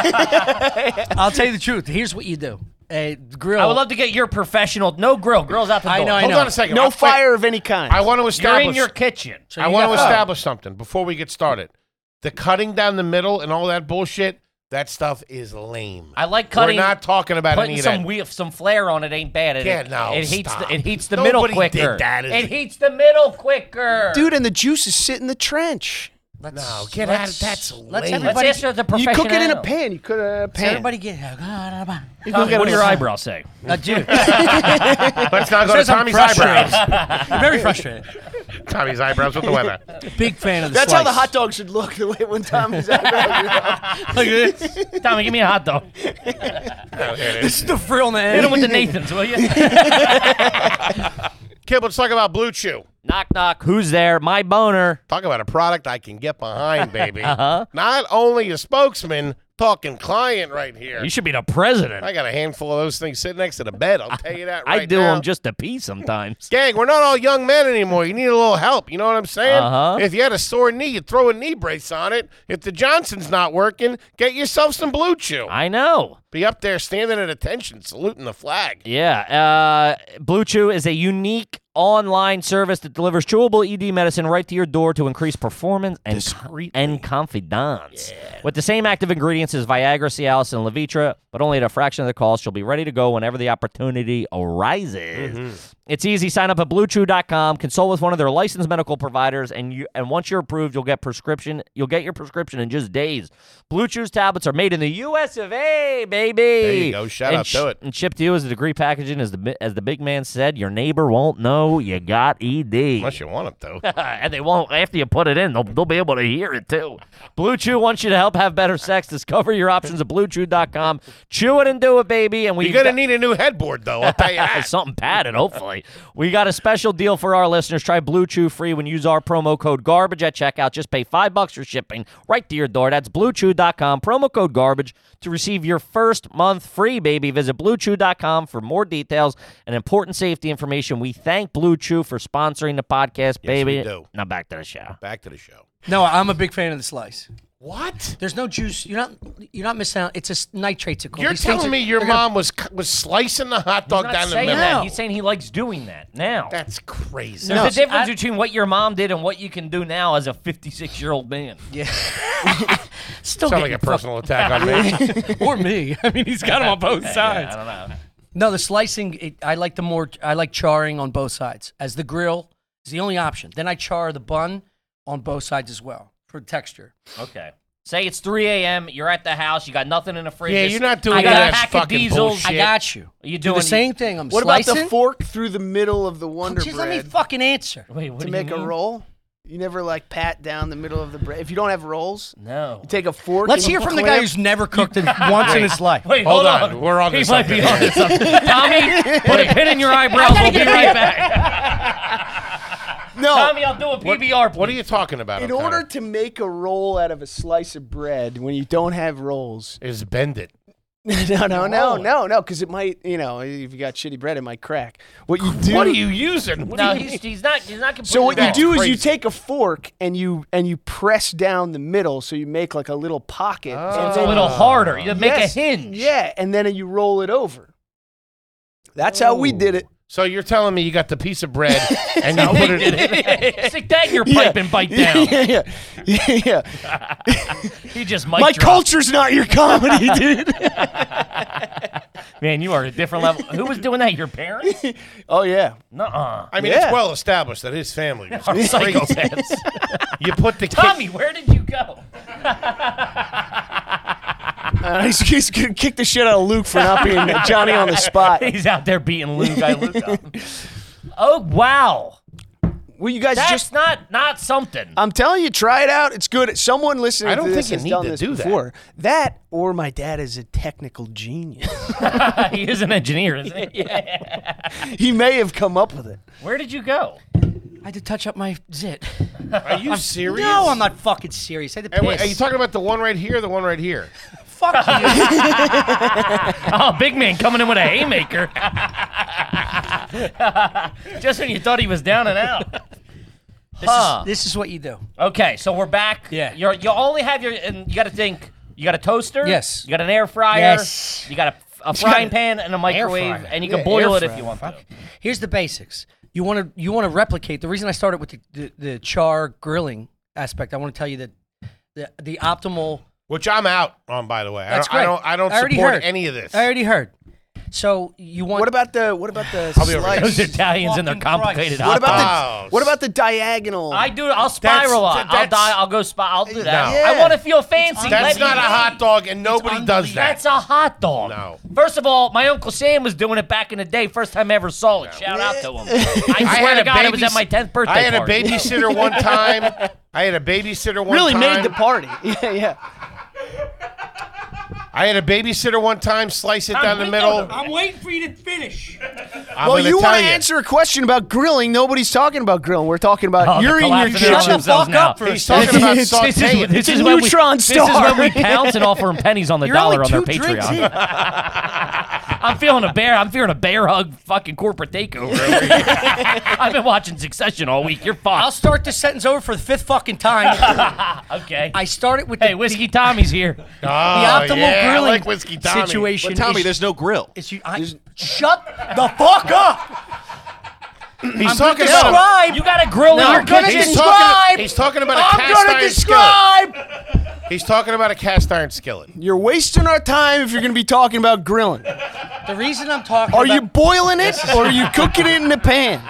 S4: I'll tell you the truth. Here's what you do. A grill.
S2: I would love to get your professional. No grill. Grill's out the door.
S4: I know, I
S1: Hold
S4: know.
S1: on a second.
S5: No
S1: I'll-
S5: fire of any kind.
S1: I want to
S2: You're
S1: establish.
S2: in your kitchen.
S1: I
S4: you
S1: want to
S4: got fire.
S1: establish something before we get started. The cutting down the middle and all that bullshit. That stuff is lame.
S2: I like cutting.
S1: We're not talking about
S2: putting
S1: any of
S2: some
S1: that.
S2: we- some flair on it ain't bad. It,
S1: Yeah,
S2: it,
S1: no,
S2: it heats
S1: stop.
S2: the, it heats the
S1: Nobody
S2: middle
S1: did
S2: quicker.
S1: that as
S2: it
S1: a-
S2: heats the middle quicker,
S5: Dude, and the juices sit in the trench.
S4: Let's,
S1: no, get out of that's
S4: let's
S1: lame.
S2: Let's
S4: everybody,
S2: answer the
S5: You
S2: professional.
S5: cook it in a pan. You cook it in a pan.
S4: everybody get out.
S5: You cook
S2: Tommy,
S5: it in
S2: what do
S5: a
S2: your
S5: pan.
S2: eyebrows say?
S4: Uh, dude,
S1: Let's not go to
S4: says I'm
S1: Tommy's eyebrows.
S4: I'm very frustrated.
S1: Tommy's eyebrows with the weather.
S4: Big fan of the
S5: That's how the
S4: slice.
S5: hot dog should look. The way when Tommy's out.
S4: Look at this.
S2: Tommy, give me a hot dog. Hit
S1: Oh, here it is.
S4: This is the frill man.
S2: him with the Nathans, will you?
S1: Kib, let's talk about Blue Chew.
S2: knock, knock. Who's there? My boner.
S1: Talk about a product I can get behind, baby.
S2: Uh-huh.
S1: Not only a spokesman, talking client right here.
S2: You should be the president.
S1: I got a handful of those things sitting next to the bed. I'll tell you that right
S2: I do
S1: now.
S2: them just to pee sometimes.
S1: Gang, we're not all young men anymore. You need a little help. You know what I'm saying?
S2: Uh-huh.
S1: If you had a sore knee, you throw a knee brace on it. If the Johnson's not working, get yourself some Blue Chew.
S2: I know.
S1: Be up there standing at attention, saluting the flag.
S2: Yeah. Uh, Blue Chew is a unique online service that delivers chewable ED medicine right to your door to increase performance and and confidence. With the same active ingredients as Viagra, Cialis, and Levitra, but only at a fraction of the cost, you'll be ready to go whenever the opportunity arises.
S1: Mm-hmm.
S2: It's easy. Sign up at BlueChew.com, consult with one of their licensed medical providers, and you and once you're approved, you'll get prescription. You'll get your prescription in just days. Blue Chew's tablets are made in the U.S. of A, baby. There
S1: you go. Shout out to it.
S2: and shipped to you as a degree packaging, as the bi- as the big man said, your neighbor won't know you got ED.
S1: Unless you want them to.
S2: and they won't after you put it in. They'll, they'll be able to hear it too. Blue Chew wants you to help have better sex. Discover your options at BlueChew.com. Chew it and do it, baby. And we
S1: You're going to need a new headboard, though. I'll tell you that.
S2: something padded, hopefully. We got a special deal for our listeners. Try Blue Chew free when you use our promo code garbage at checkout. Just pay five bucks for shipping right to your door. That's bluechew.com, promo code garbage to receive your first month free, baby. Visit bluechew.com for more details and important safety information. We thank Blue Chew for sponsoring the podcast, baby.
S1: we do.
S2: Now back to the show.
S1: Back to the show.
S4: No, I'm a big fan of the slice.
S1: What?
S4: There's no juice. You're not. You're not missing out. It's a s- nitrates. are called.
S1: You're
S4: These things
S1: telling
S4: are-
S1: me your
S4: they're gonna-
S1: mom was was was slicing the hot dog
S2: He's not
S1: down the
S2: saying
S1: middle?
S2: that. He's saying he likes doing that now.
S1: That's crazy.
S2: There's a difference
S4: I-
S2: between what your mom did and what you can do now as a 56 year old man.
S4: still
S1: Sounds like a
S4: getting
S1: personal attack on me.
S4: fucked. or me. I mean, he's got them on both sides.
S2: I don't know.
S4: No, the slicing. It, I like the more. I like charring on both sides as the grill is the only option. Then I char the bun on both sides as well for texture.
S2: Okay. Say it's 3 a.m. You're at the house. You got nothing in the fridge.
S1: Yeah,
S2: Just-
S1: you're not
S2: I
S1: doing
S2: got
S1: that
S2: a hack of
S1: fucking
S2: diesels.
S1: bullshit.
S4: I got you.
S2: You
S4: do
S2: doing-
S4: the same thing? I'm
S5: What about
S4: slicing.
S5: the fork through the middle of the Wonder
S4: Just let me
S5: Bread
S4: fucking answer.
S2: Wait, what
S5: to
S2: do
S5: make
S2: you
S5: a
S2: mean?
S5: roll? You never like pat down the middle of the bread. If you don't have rolls,
S2: No.
S5: you take a fork.
S4: Let's
S5: and
S4: hear
S5: you
S4: from the
S5: clamp-
S4: guy who's never cooked it once in his life.
S2: Wait,
S1: Hold on. We're on
S2: He
S1: to
S2: might be
S1: something.
S2: on to something. Tommy, put a pin in your eyebrows. We'll be right back.
S5: No,
S2: Tommy, I'll do a PBR.
S1: what are you talking about?
S5: in
S1: O'Connor?
S5: order to make a roll out of a slice of bread when you don't have rolls,
S1: is bend it.
S5: no, no, no,
S2: Roll it.
S5: no, no, because it might, you know, if you got shitty bread, it might crack. What you do?
S1: What are you using? What
S2: No,
S1: do you
S2: he's, he's not. He's not completely
S5: So what you
S2: wrong.
S5: do is
S1: Crazy.
S5: you take a fork and you and you press down the middle, so you make like a little pocket. and
S2: It's a
S5: then-
S2: little harder. You make
S5: Yes,
S2: a hinge.
S5: Yeah, and then you roll it over. That's how we did it.
S1: so you're telling me you got the piece of bread and you put it.
S2: Stick that in your pipe and bite down.
S5: Yeah, yeah, yeah. yeah.
S2: He just mic
S5: My
S2: dropped.
S5: culture's not your comedy, dude.
S2: Man, you are at a different level. Who was doing that? Your parents?
S5: oh yeah,
S2: Nuh-uh.
S1: I mean,
S5: Yeah.
S1: it's well established that his family was crazy.
S2: Psychopaths.
S1: You put the kid-
S2: Tommy, where did you go?
S5: uh, he's, he's gonna kick the shit out of Luke for not being Johnny on the spot.
S2: He's out there beating Luke. I Luke up. Oh wow,
S5: Well, you guys
S2: that's Uh,
S5: just.
S2: not not something.
S5: I'm telling you, try it out. It's good. Someone listening
S1: I don't
S5: to this
S1: think you
S5: has
S1: need
S5: done
S1: to
S5: this
S1: do that.
S5: before. That or my dad is a technical genius.
S2: he is an engineer, isn't he?
S5: he may have come up with it.
S2: Where did you go?
S4: I had to touch up my zit.
S1: Are you serious?
S4: No, I'm not fucking serious. I had to piss.
S1: And wait, are you talking about the one right here or the one right here?
S4: Fuck you.
S2: Oh, big man coming in with a haymaker. Just when you thought he was down and out.
S4: This,
S2: Huh.
S4: is, this is what you do.
S2: Okay, so we're back.
S4: Yeah.
S2: You're, you only have your, and you got to think. You got a toaster.
S4: Yes.
S2: You got an air fryer.
S4: Yes.
S2: You got a, a frying
S4: got
S2: pan and a microwave,
S4: fryer.
S2: and you can
S4: Yeah,
S2: boil
S4: air
S2: it if
S4: fryer.
S2: you want. To.
S4: Here's the basics. You want to you want to replicate. The reason I started with the, the, the char grilling aspect, I want to tell you that the the optimal
S1: which I'm out on, by the way.
S4: That's
S1: I
S4: great.
S1: don't, I don't, I don't
S4: I already
S1: support
S4: heard.
S1: any of this.
S4: I already heard. So you want?
S5: What about the what about the
S1: be over
S5: slice?
S2: Those Italians and their
S4: Fucking Christ.
S2: complicated
S5: What
S2: hot
S5: about
S2: dogs.
S1: Wow.
S5: the what about the diagonal?
S2: I do. I'll spiral
S1: That's-
S2: on. I'll
S1: that's-
S2: die. I'll go. Spi- I'll do that.
S5: No.
S2: I want to feel fancy.
S1: That's
S2: Let
S1: not
S2: me
S1: a
S2: be.
S1: hot dog, and nobody does that.
S2: That's a hot dog.
S1: No.
S2: First of all, my uncle Sam was doing it back in the day. First time I ever saw it. Shout out to him. I swear to God, it was at
S1: babys-
S2: my tenth birthday
S1: I had
S2: party.
S1: a babysitter one time. I had a babysitter one
S5: really
S1: time.
S5: made the party. yeah, yeah.
S1: I had a babysitter one time. Slice it down the middle.
S4: I'm waiting for you to finish.
S1: I'm
S5: well,
S1: gonna
S5: you
S1: tell
S5: want to answer a question about grilling? Nobody's talking about grilling. We're talking about
S2: Oh, they're
S5: you're in your
S2: collapsing on
S5: kitchen.
S2: themselves now.
S1: He's talking about
S5: It's-
S2: This is-
S1: sauteing.
S2: this
S5: It's
S2: is
S5: a
S2: when we-
S5: neutron
S2: This
S5: star.
S2: is when we pounce and offer them pennies on the
S4: You're
S2: dollar
S4: only
S2: on their
S4: two drinks
S2: Patreon.
S4: in.
S2: I'm feeling a bear. I'm feeling a bear hug. Fucking corporate takeover. over here. I've been watching Succession all week. You're
S4: I'll
S2: fucked.
S4: start this sentence over for the fifth fucking time.
S2: Okay.
S4: I started with
S2: hey,
S4: the,
S2: Whiskey Tommy's here.
S1: Oh,
S4: the optimal
S1: yeah,
S4: grilling
S1: I like whiskey Tommy.
S4: situation.
S6: But Tommy,
S4: is-
S6: there's no grill.
S4: is you- I- shut the fuck up.
S1: He's talking about.
S4: Describe.
S2: You got a grill in your
S4: I'm gonna
S1: He's
S2: kitchen.
S1: talking,
S4: describe.
S1: he's talking about a
S4: I'm
S1: cast
S4: gonna
S1: iron
S4: describe.
S1: skillet. He's talking about a cast iron skillet.
S5: You're wasting our time if you're going to be talking about grilling.
S4: The reason I'm talking.
S5: Are
S4: about-
S5: you boiling it or are you cooking it in the pan?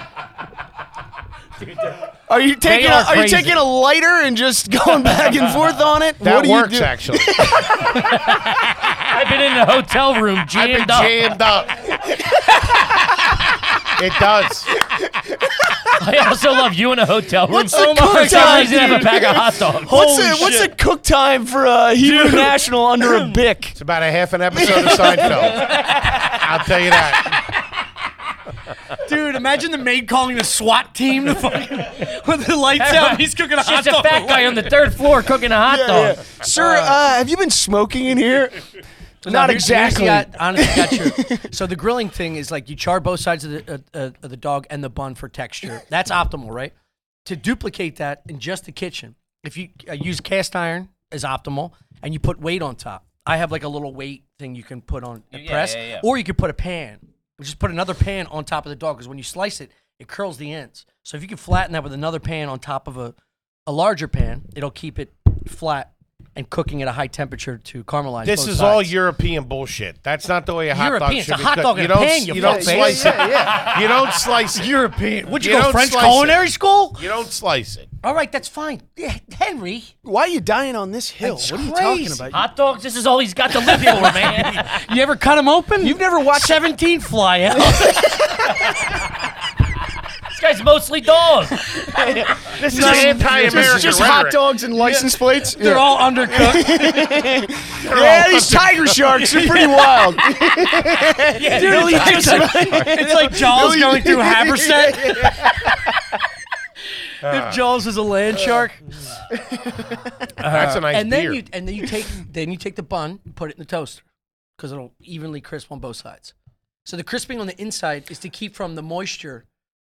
S5: Are you taking a,
S2: are
S5: are, you
S2: crazy.
S5: taking a lighter and just going back and forth on it?
S1: That
S5: what do
S1: works
S5: you do?
S1: actually.
S2: I've been in a hotel room
S1: I've been
S2: jammed up.
S1: jammed up. it does.
S2: I also love you in a hotel room.
S5: What's the
S2: For some
S5: cookdown,
S2: reason, I have a pack of hot dogs.
S5: What's the, what's the cook time for a Hebrew national under a bick?
S1: It's about a half an episode of Seinfeld. I'll tell you that.
S4: Dude, imagine the maid calling the SWAT team to fucking with the lights out. He's cooking a
S2: It's
S4: hot
S2: just a
S4: dog.
S2: fat guy on the third floor cooking a hot dog.
S5: Sir, uh, have you been smoking in here?
S4: No,
S5: Not
S4: here's- here's the-
S5: exactly.
S4: I honestly, got you. So the grilling thing is like you char both sides of the uh, uh, of the dog and the bun for texture. That's optimal, right? To duplicate that in just the kitchen, if you uh, use cast iron is optimal, and you put weight on top. I have like a little weight thing you can put on and press,
S2: yeah, yeah.
S4: or you could put a pan. Just put another pan on top of the dog because when you slice it, it curls the ends. So if you can flatten that with another pan on top of a a larger pan, it'll keep it flat and cooking at a high temperature to caramelize.
S1: This
S4: both
S1: is all
S4: sides.
S1: European bullshit. That's not the way a hot
S4: European,
S1: dog
S4: it's
S1: should
S4: a
S1: be
S4: hot
S1: cooked.
S4: dog in
S1: you
S4: a
S1: don't,
S4: pan, you
S1: you don't
S4: fuck.
S1: slice it. You don't slice it. European.
S4: Would you, go French culinary school?
S1: You don't slice it.
S4: All right, that's fine. Yeah, Henry,
S5: Why are you dying on this hill?
S4: That's
S5: what are you
S4: crazy.
S5: talking about?
S2: Hot dogs, this is all he's got to live for, man.
S4: you ever cut him open?
S5: You've never watched
S4: 17 fly out.
S2: This guy's mostly dogs.
S1: This is anti-American
S5: Just, just hot
S1: rhetoric.
S5: dogs and license plates.
S4: They're all undercooked.
S5: yeah, these tiger sharks are pretty wild.
S4: Dude, you just- it's like Jaws going through Haberset. if Jaws is a land shark,
S1: That's a nice
S4: Uh-huh. and then
S1: beer.
S4: you and then you take then you take the bun, and put it in the toaster, because it'll evenly crisp on both sides. So the crisping on the inside is to keep from the moisture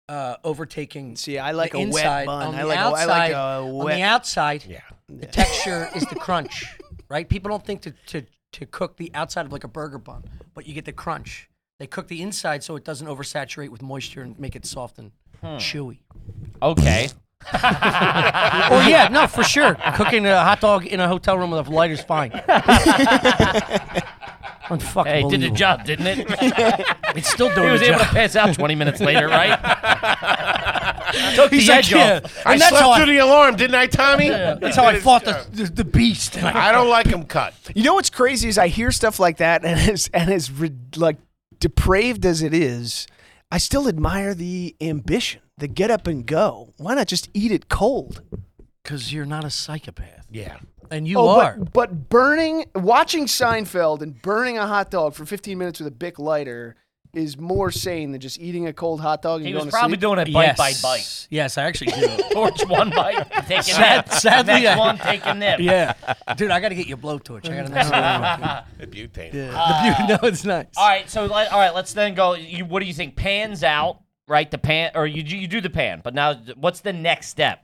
S4: uh, overtaking.
S5: See, I like
S4: the
S5: a wet
S4: inside.
S5: bun.
S4: On
S5: I
S4: the
S5: like a- I
S4: outside,
S5: like a
S4: On
S5: wet-
S4: the outside,
S1: yeah.
S4: the texture is the crunch, right? People don't think to, to, to cook the outside of like a burger bun, but you get the crunch. They cook the inside so it doesn't oversaturate with moisture and make it soft and
S5: Hmm.
S4: chewy.
S2: Okay.
S4: Oh yeah, no, for sure. Cooking a hot dog in a hotel room with a lighter's fine. Unfucking
S2: Hey, it did the
S4: believable.
S2: job, didn't it?
S4: It's still
S2: he
S4: doing
S2: was
S4: the
S2: able to
S4: job.
S2: pass out 20 minutes later, right? Took the
S4: He's
S2: edge
S4: like, yeah.
S2: off.
S1: I
S4: And that's how
S1: slept
S4: I,
S1: through the alarm, didn't I, Tommy? uh,
S4: that's how I fought the, the, the beast. And I,
S1: I don't like them cut.
S5: You know what's crazy is I hear stuff like that, and as and as re- like depraved as it is, I still admire the ambition, the get up and go. Why not just eat it cold?
S4: Because you're not a psychopath.
S1: Yeah.
S4: And you
S5: Oh,
S4: are.
S5: but, but burning, watching Seinfeld and burning a hot dog for 15 minutes with a Bic lighter is more sane than just eating a cold hot dog and
S2: He was
S5: going
S2: probably
S5: to sleep.
S2: doing it bite by bite.
S4: Yes, I actually do.
S2: Torch one bite, take a
S4: Sad-
S2: nap.
S4: sadly,
S2: Next
S4: I-
S2: one, take a nip.
S4: Yeah, dude, I gotta get you a blowtorch. I gotta know.
S1: Butane.
S4: no, it's nice.
S2: All right, so let, all right, let's then go. You, what do you think? Pans out, right? The pan, or you do- you do the pan, but now what's the next step?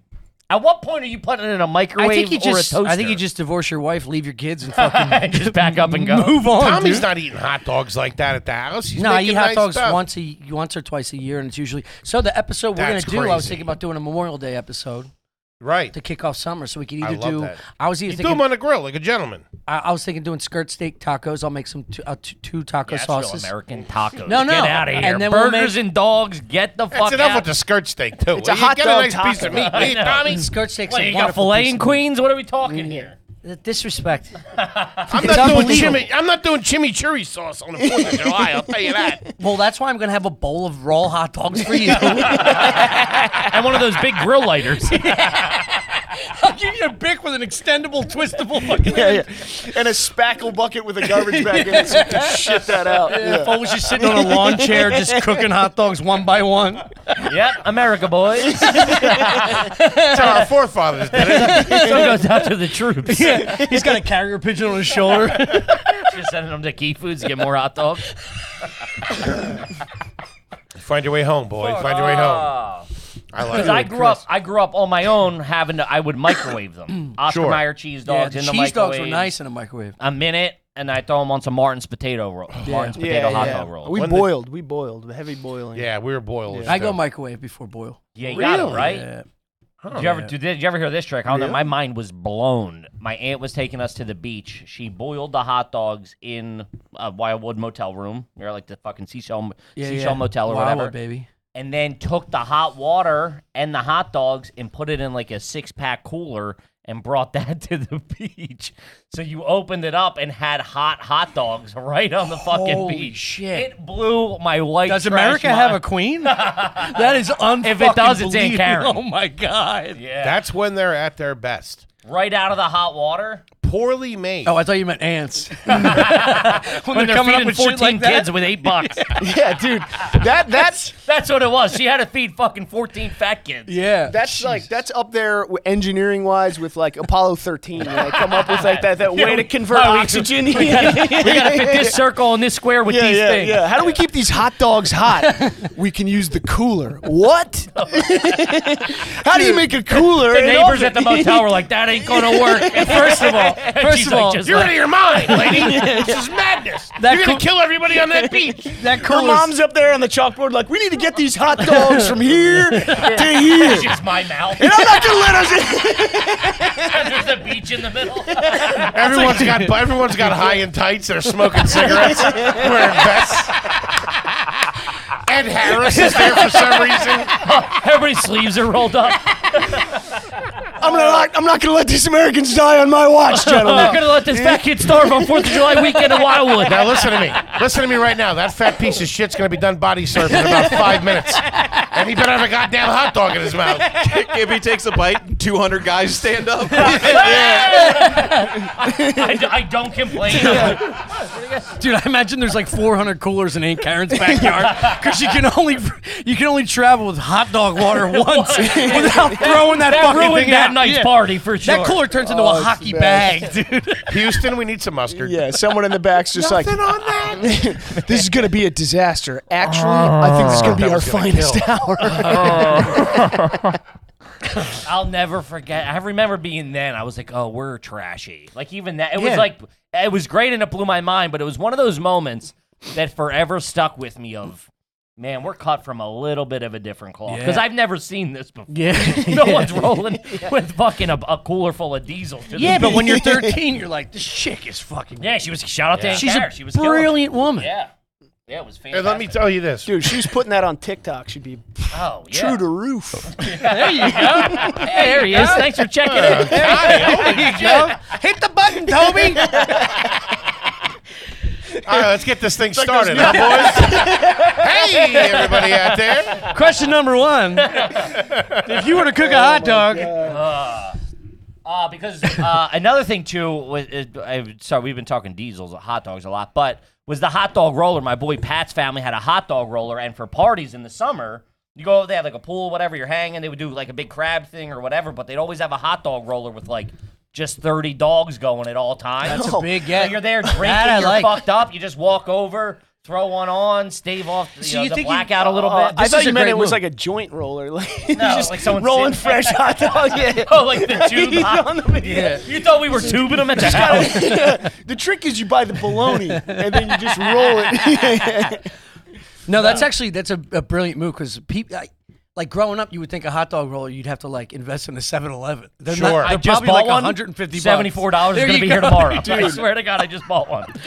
S2: At what point are you putting it in a microwave
S4: I think you
S2: or
S4: just,
S2: a toaster?
S4: I think you just divorce your wife, leave your kids, and fucking
S2: And just back up and go.
S4: move on.
S1: Tommy's
S4: dude.
S1: not eating hot dogs like that at the house. He's
S4: No, I
S1: making
S4: eat hot
S1: nice
S4: dogs
S1: stuff.
S4: once a once or twice a year, and it's usually so. The episode we're
S1: That's
S4: gonna do, I was
S1: crazy.
S4: thinking about doing a Memorial Day episode
S1: Right.
S4: to kick off summer. So we could
S1: I
S4: either
S1: love
S4: do.
S1: that.
S4: I was either
S1: You do
S4: thinking.
S1: them on the grill like a gentleman.
S4: I, I was thinking doing skirt steak tacos. I'll make some two, uh, two, two taco
S2: That's no
S4: sauces.
S2: American tacos.
S4: No, no.
S2: Get out of here.
S4: And then we'll
S2: Burgers and dogs, get the
S1: That's
S2: fuck
S1: enough
S2: out.
S1: with the skirt steak too.
S5: It's a
S1: Will you
S5: hot
S1: get
S5: dog
S1: a nice piece of
S5: taco.
S1: meat, will you, Tommy.
S4: Skirt steak's
S2: What,
S4: a
S2: you got
S4: wonderful
S2: filet
S4: piece
S2: in
S4: of-
S2: Queens? What are we talking here?
S4: The Disrespect.
S1: I'm
S4: It's
S1: not doing
S4: unbelievable.
S1: chimi- I'm not doing chimichurri sauce on the Fourth of July. I'll tell you that.
S4: well, that's why I'm gonna have a bowl of raw hot dogs for you. I'll
S2: and one of those big grill lighters.
S4: give you a bick with an extendable, twistable fucking.
S5: and a spackle bucket with a garbage bag in it so you can shit that out. Yeah.
S4: If I was just sitting on a lawn chair, just cooking hot dogs one by one.
S2: yep, America boys. so
S1: That's how our forefathers did it.
S2: goes out to the troops.
S4: He's got a carrier pigeon on his shoulder.
S2: Just sending them to Key Foods to get more hot dogs.
S1: Find your way home, boy. Find your way home. I like
S2: Because
S1: it.
S2: I grew up, I grew up on my own having to. I would microwave them. Oscar
S1: Sure.
S2: Mayer cheese dogs
S4: the
S2: in
S4: cheese
S2: the
S4: dogs
S2: microwave.
S4: were nice in a microwave.
S2: A minute, and I throw them on some Martin's potato roll.
S4: Oh,
S2: Martin's potato hot dog roll.
S5: We
S1: When the-
S5: boiled. We boiled. Heavy boiling.
S1: Yeah, we were boilers.
S4: I go
S1: too.
S4: microwave before boil.
S2: yeah, you got it
S1: Really?
S2: right.
S4: Yeah.
S2: Did you ever did, did you ever hear this trick? I don't know. My mind was blown. My aunt was taking us to the beach. She boiled the hot dogs in a Wildwood motel room, or like the fucking seashell
S4: Yeah,
S2: seashell
S4: yeah.
S2: motel or
S4: Wawa,
S2: whatever,
S4: baby.
S2: and then took the hot water and the hot dogs and put it in like a six pack cooler and brought that to the beach. So you opened it up and had hot hot dogs right on the fucking
S4: Holy
S2: beach.
S4: shit.
S2: It blew my white.
S4: Does
S2: trash
S4: America have a
S2: mind.
S4: queen? that is unfucking
S2: If it does, it's Aunt Karen.
S4: Oh my god.
S2: yeah?
S1: That's when they're at their best.
S2: right out of the hot water.
S1: Poorly made.
S4: Oh, I thought you meant ants. when,
S2: when they're, feeding 14 kids
S4: that.
S2: with eight bucks.
S5: Yeah, dude. That that's
S2: That's what it was. She had to feed fucking 14 fat kids.
S4: Yeah.
S5: that's like that's up there engineering wise with like Apollo 13. When they come up with like that that way to convert
S2: oh, we-
S5: oxygen.
S2: We gotta, we gotta fit this circle and this square with
S5: yeah,
S2: these
S5: yeah,
S2: things.
S5: yeah. How do we keep these hot dogs hot? we can use the cooler. What? How do you make a cooler?
S2: The
S5: and
S2: neighbors
S5: oven?
S2: at the motel were like, "That ain't gonna work." And first of all,
S4: first
S2: she's
S4: of
S2: like,
S4: all,
S2: just
S1: You're out
S2: like,
S1: of your mind, lady. this is madness.
S4: That
S1: You're gonna
S4: coo-
S1: kill everybody on that beach.
S4: that
S5: Her
S4: cooler's-
S5: mom's up there on the chalkboard, like, we need to get these hot dogs from here to here.
S2: "It's my mouth."
S5: And I'm not gonna let us.
S2: There's a beach in the middle.
S1: Everyone's got everyone's got high in tights. They're smoking cigarettes, wearing vests. Ed Harris is there for some reason.
S2: Everybody's sleeves are rolled up.
S5: I'm gonna not, I'm not gonna let these Americans die on my watch,
S2: I'm not
S5: gentlemen.
S2: gonna let this fat kid starve on Fourth of July weekend in Wildwood.
S1: Now listen to me. Listen to me right now. That fat piece of shit's gonna be done body surfing in about five minutes, and he better have a goddamn hot dog in his mouth.
S6: if he takes a bite, 200 guys stand up.
S2: I, d- I don't complain.
S4: Dude, I imagine there's like 400 coolers in Aunt Karen's backyard because you can only you can only travel with hot dog water once without throwing that,
S2: That
S4: fucking
S2: ruined
S4: thing
S2: that
S4: out.
S2: night's
S4: Yeah.
S2: party for sure.
S4: That cooler turns into a
S5: it's
S4: hockey
S5: the
S4: bag,
S5: best.
S4: dude.
S1: Houston, we need some mustard.
S5: Yeah, someone in the back's just like, this is gonna be a disaster. Actually, I think this is Oh. gonna Uh, be our
S1: was gonna
S5: finest hour.
S2: I'll never forget. I remember being then. I was like, "Oh, we're trashy." Like even that, it
S4: Yeah.
S2: was like it was great and it blew my mind. But it was one of those moments that forever stuck with me. Of man, we're cut from a little bit of a different cloth because
S4: Yeah.
S2: I've never seen this before.
S4: Yeah.
S2: no one's rolling with fucking a, a cooler full of diesel. To the
S4: Yeah, but
S2: beach.
S4: when you're 13, you're like, this chick is fucking.
S2: yeah, she was shout out to Aunt
S4: She's
S2: Karen.
S4: a
S2: She was killing it.
S4: brilliant woman.
S2: Yeah, yeah, it was fantastic.
S1: And let me tell you this.
S5: Dude, she was putting that on TikTok. She'd be
S2: oh, yeah.
S5: true to roof.
S2: There you go. there he is. Thanks for checking it.
S4: Hit the button, Toby.
S1: All right, let's get this thing started, huh, boys? hey, everybody out there.
S4: Question number one: If you were to cook a hot dog,
S2: Uh, because uh, another thing too was is, I, sorry we've been talking diesels hot dogs a lot, but was the hot dog roller. My boy Pat's family had a hot dog roller, and for parties in the summer, you go over they have like a pool, whatever you're hanging. They would do like a big crab thing or whatever, but they'd always have a hot dog roller with like just thirty dogs going at all times.
S4: that's a big
S2: so
S4: get.
S2: you're there drinking,
S4: That I
S2: you're
S4: like.
S2: fucked up. You just walk over, throw one on, stave off you
S4: So
S2: know,
S4: you
S2: the
S4: think you-
S2: blackout a little
S4: uh,
S2: bit.
S5: I
S4: This
S5: thought
S4: is
S5: you
S4: a
S5: meant
S4: great
S5: it was
S4: move.
S5: like a joint roller, like
S2: No,
S5: just
S2: like someone
S5: rolling
S2: sitting-
S5: fresh hot dog. Yeah.
S2: Oh, like the tube.
S5: On the,
S2: Yeah. You thought we were tubing them at the house?
S5: the trick is you buy the bologna and then you just roll it.
S4: No, that's actually that's a, a brilliant move because people. Like growing up, you would think a hot dog roller you'd have to like invest in a 7-Eleven. They're not-
S1: Sure.
S4: they're
S1: I
S2: I just
S4: probably
S2: bought
S4: like
S2: one.
S4: 150 bucks.
S2: Seventy-four dollars is
S4: There
S2: going to be
S4: you
S2: here
S4: go.
S2: tomorrow. I swear to God, I just bought one.
S5: To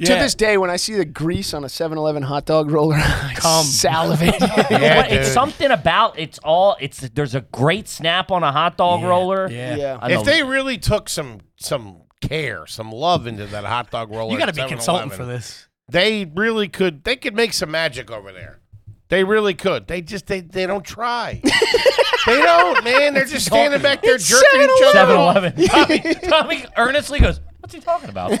S5: this day, when I see the grease on a 7-Eleven hot dog roller, I salivate.
S1: Yeah,
S2: But it's
S1: dude.
S2: something about it's all. It's there's a great snap on a hot dog roller.
S4: Yeah.
S5: yeah.
S2: I
S1: if
S2: love
S1: they
S2: it.
S1: really took some some care, some love into that hot dog roller,
S4: You got to be
S1: at
S4: consultant
S1: 7-Eleven,
S4: for this.
S1: They really could. They could make some magic over there. They really could. They just they they don't try. they don't, man. They're just standing back there jerking each other.
S2: 7-Eleven. Tommy, Tommy earnestly goes, "What's he talking about?"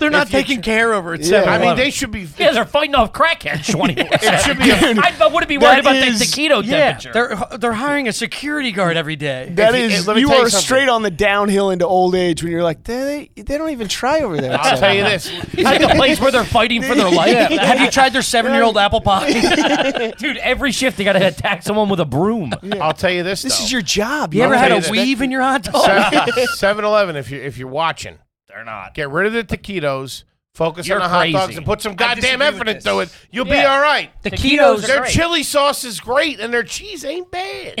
S4: They're not taking care over at
S1: I
S4: 7-Eleven.
S1: mean, they should be.
S2: yeah, they're fighting off crackheads twenty four.
S1: It should be. A,
S2: I, I wouldn't be worried
S5: That
S2: about
S5: is-
S2: the taquito temperature.
S4: they're they're hiring a security guard every day.
S5: That
S1: If you- eh,
S5: is,
S1: let
S5: you,
S1: me tell you
S5: are
S1: something.
S5: straight on the downhill into old age when you're like, they, they don't even try over there.
S1: I'll tell you this.
S2: It's like a place where they're fighting for their life.
S4: Have you tried their seven-year-old apple pie?
S2: Dude, every shift they got to attack someone with a broom.
S1: I'll tell you this.
S5: This
S1: though.
S5: is your job.
S4: You
S5: man.
S4: ever
S1: I'll
S4: had
S1: tell
S4: a
S1: you this.
S4: weave in your hot dog?
S1: 7-Eleven, if you're if you're watching,
S2: They're not.
S1: get rid of the taquitos. Focus
S2: You're
S1: on the
S2: crazy.
S1: hot dogs and put some goddamn
S8: disagree with
S1: effort
S8: this.
S1: into it. You'll be
S2: Yeah.
S1: all right.
S2: The
S4: Taquitos
S2: Taquitos
S1: Their
S2: are great.
S1: chili sauce is great and their cheese ain't bad.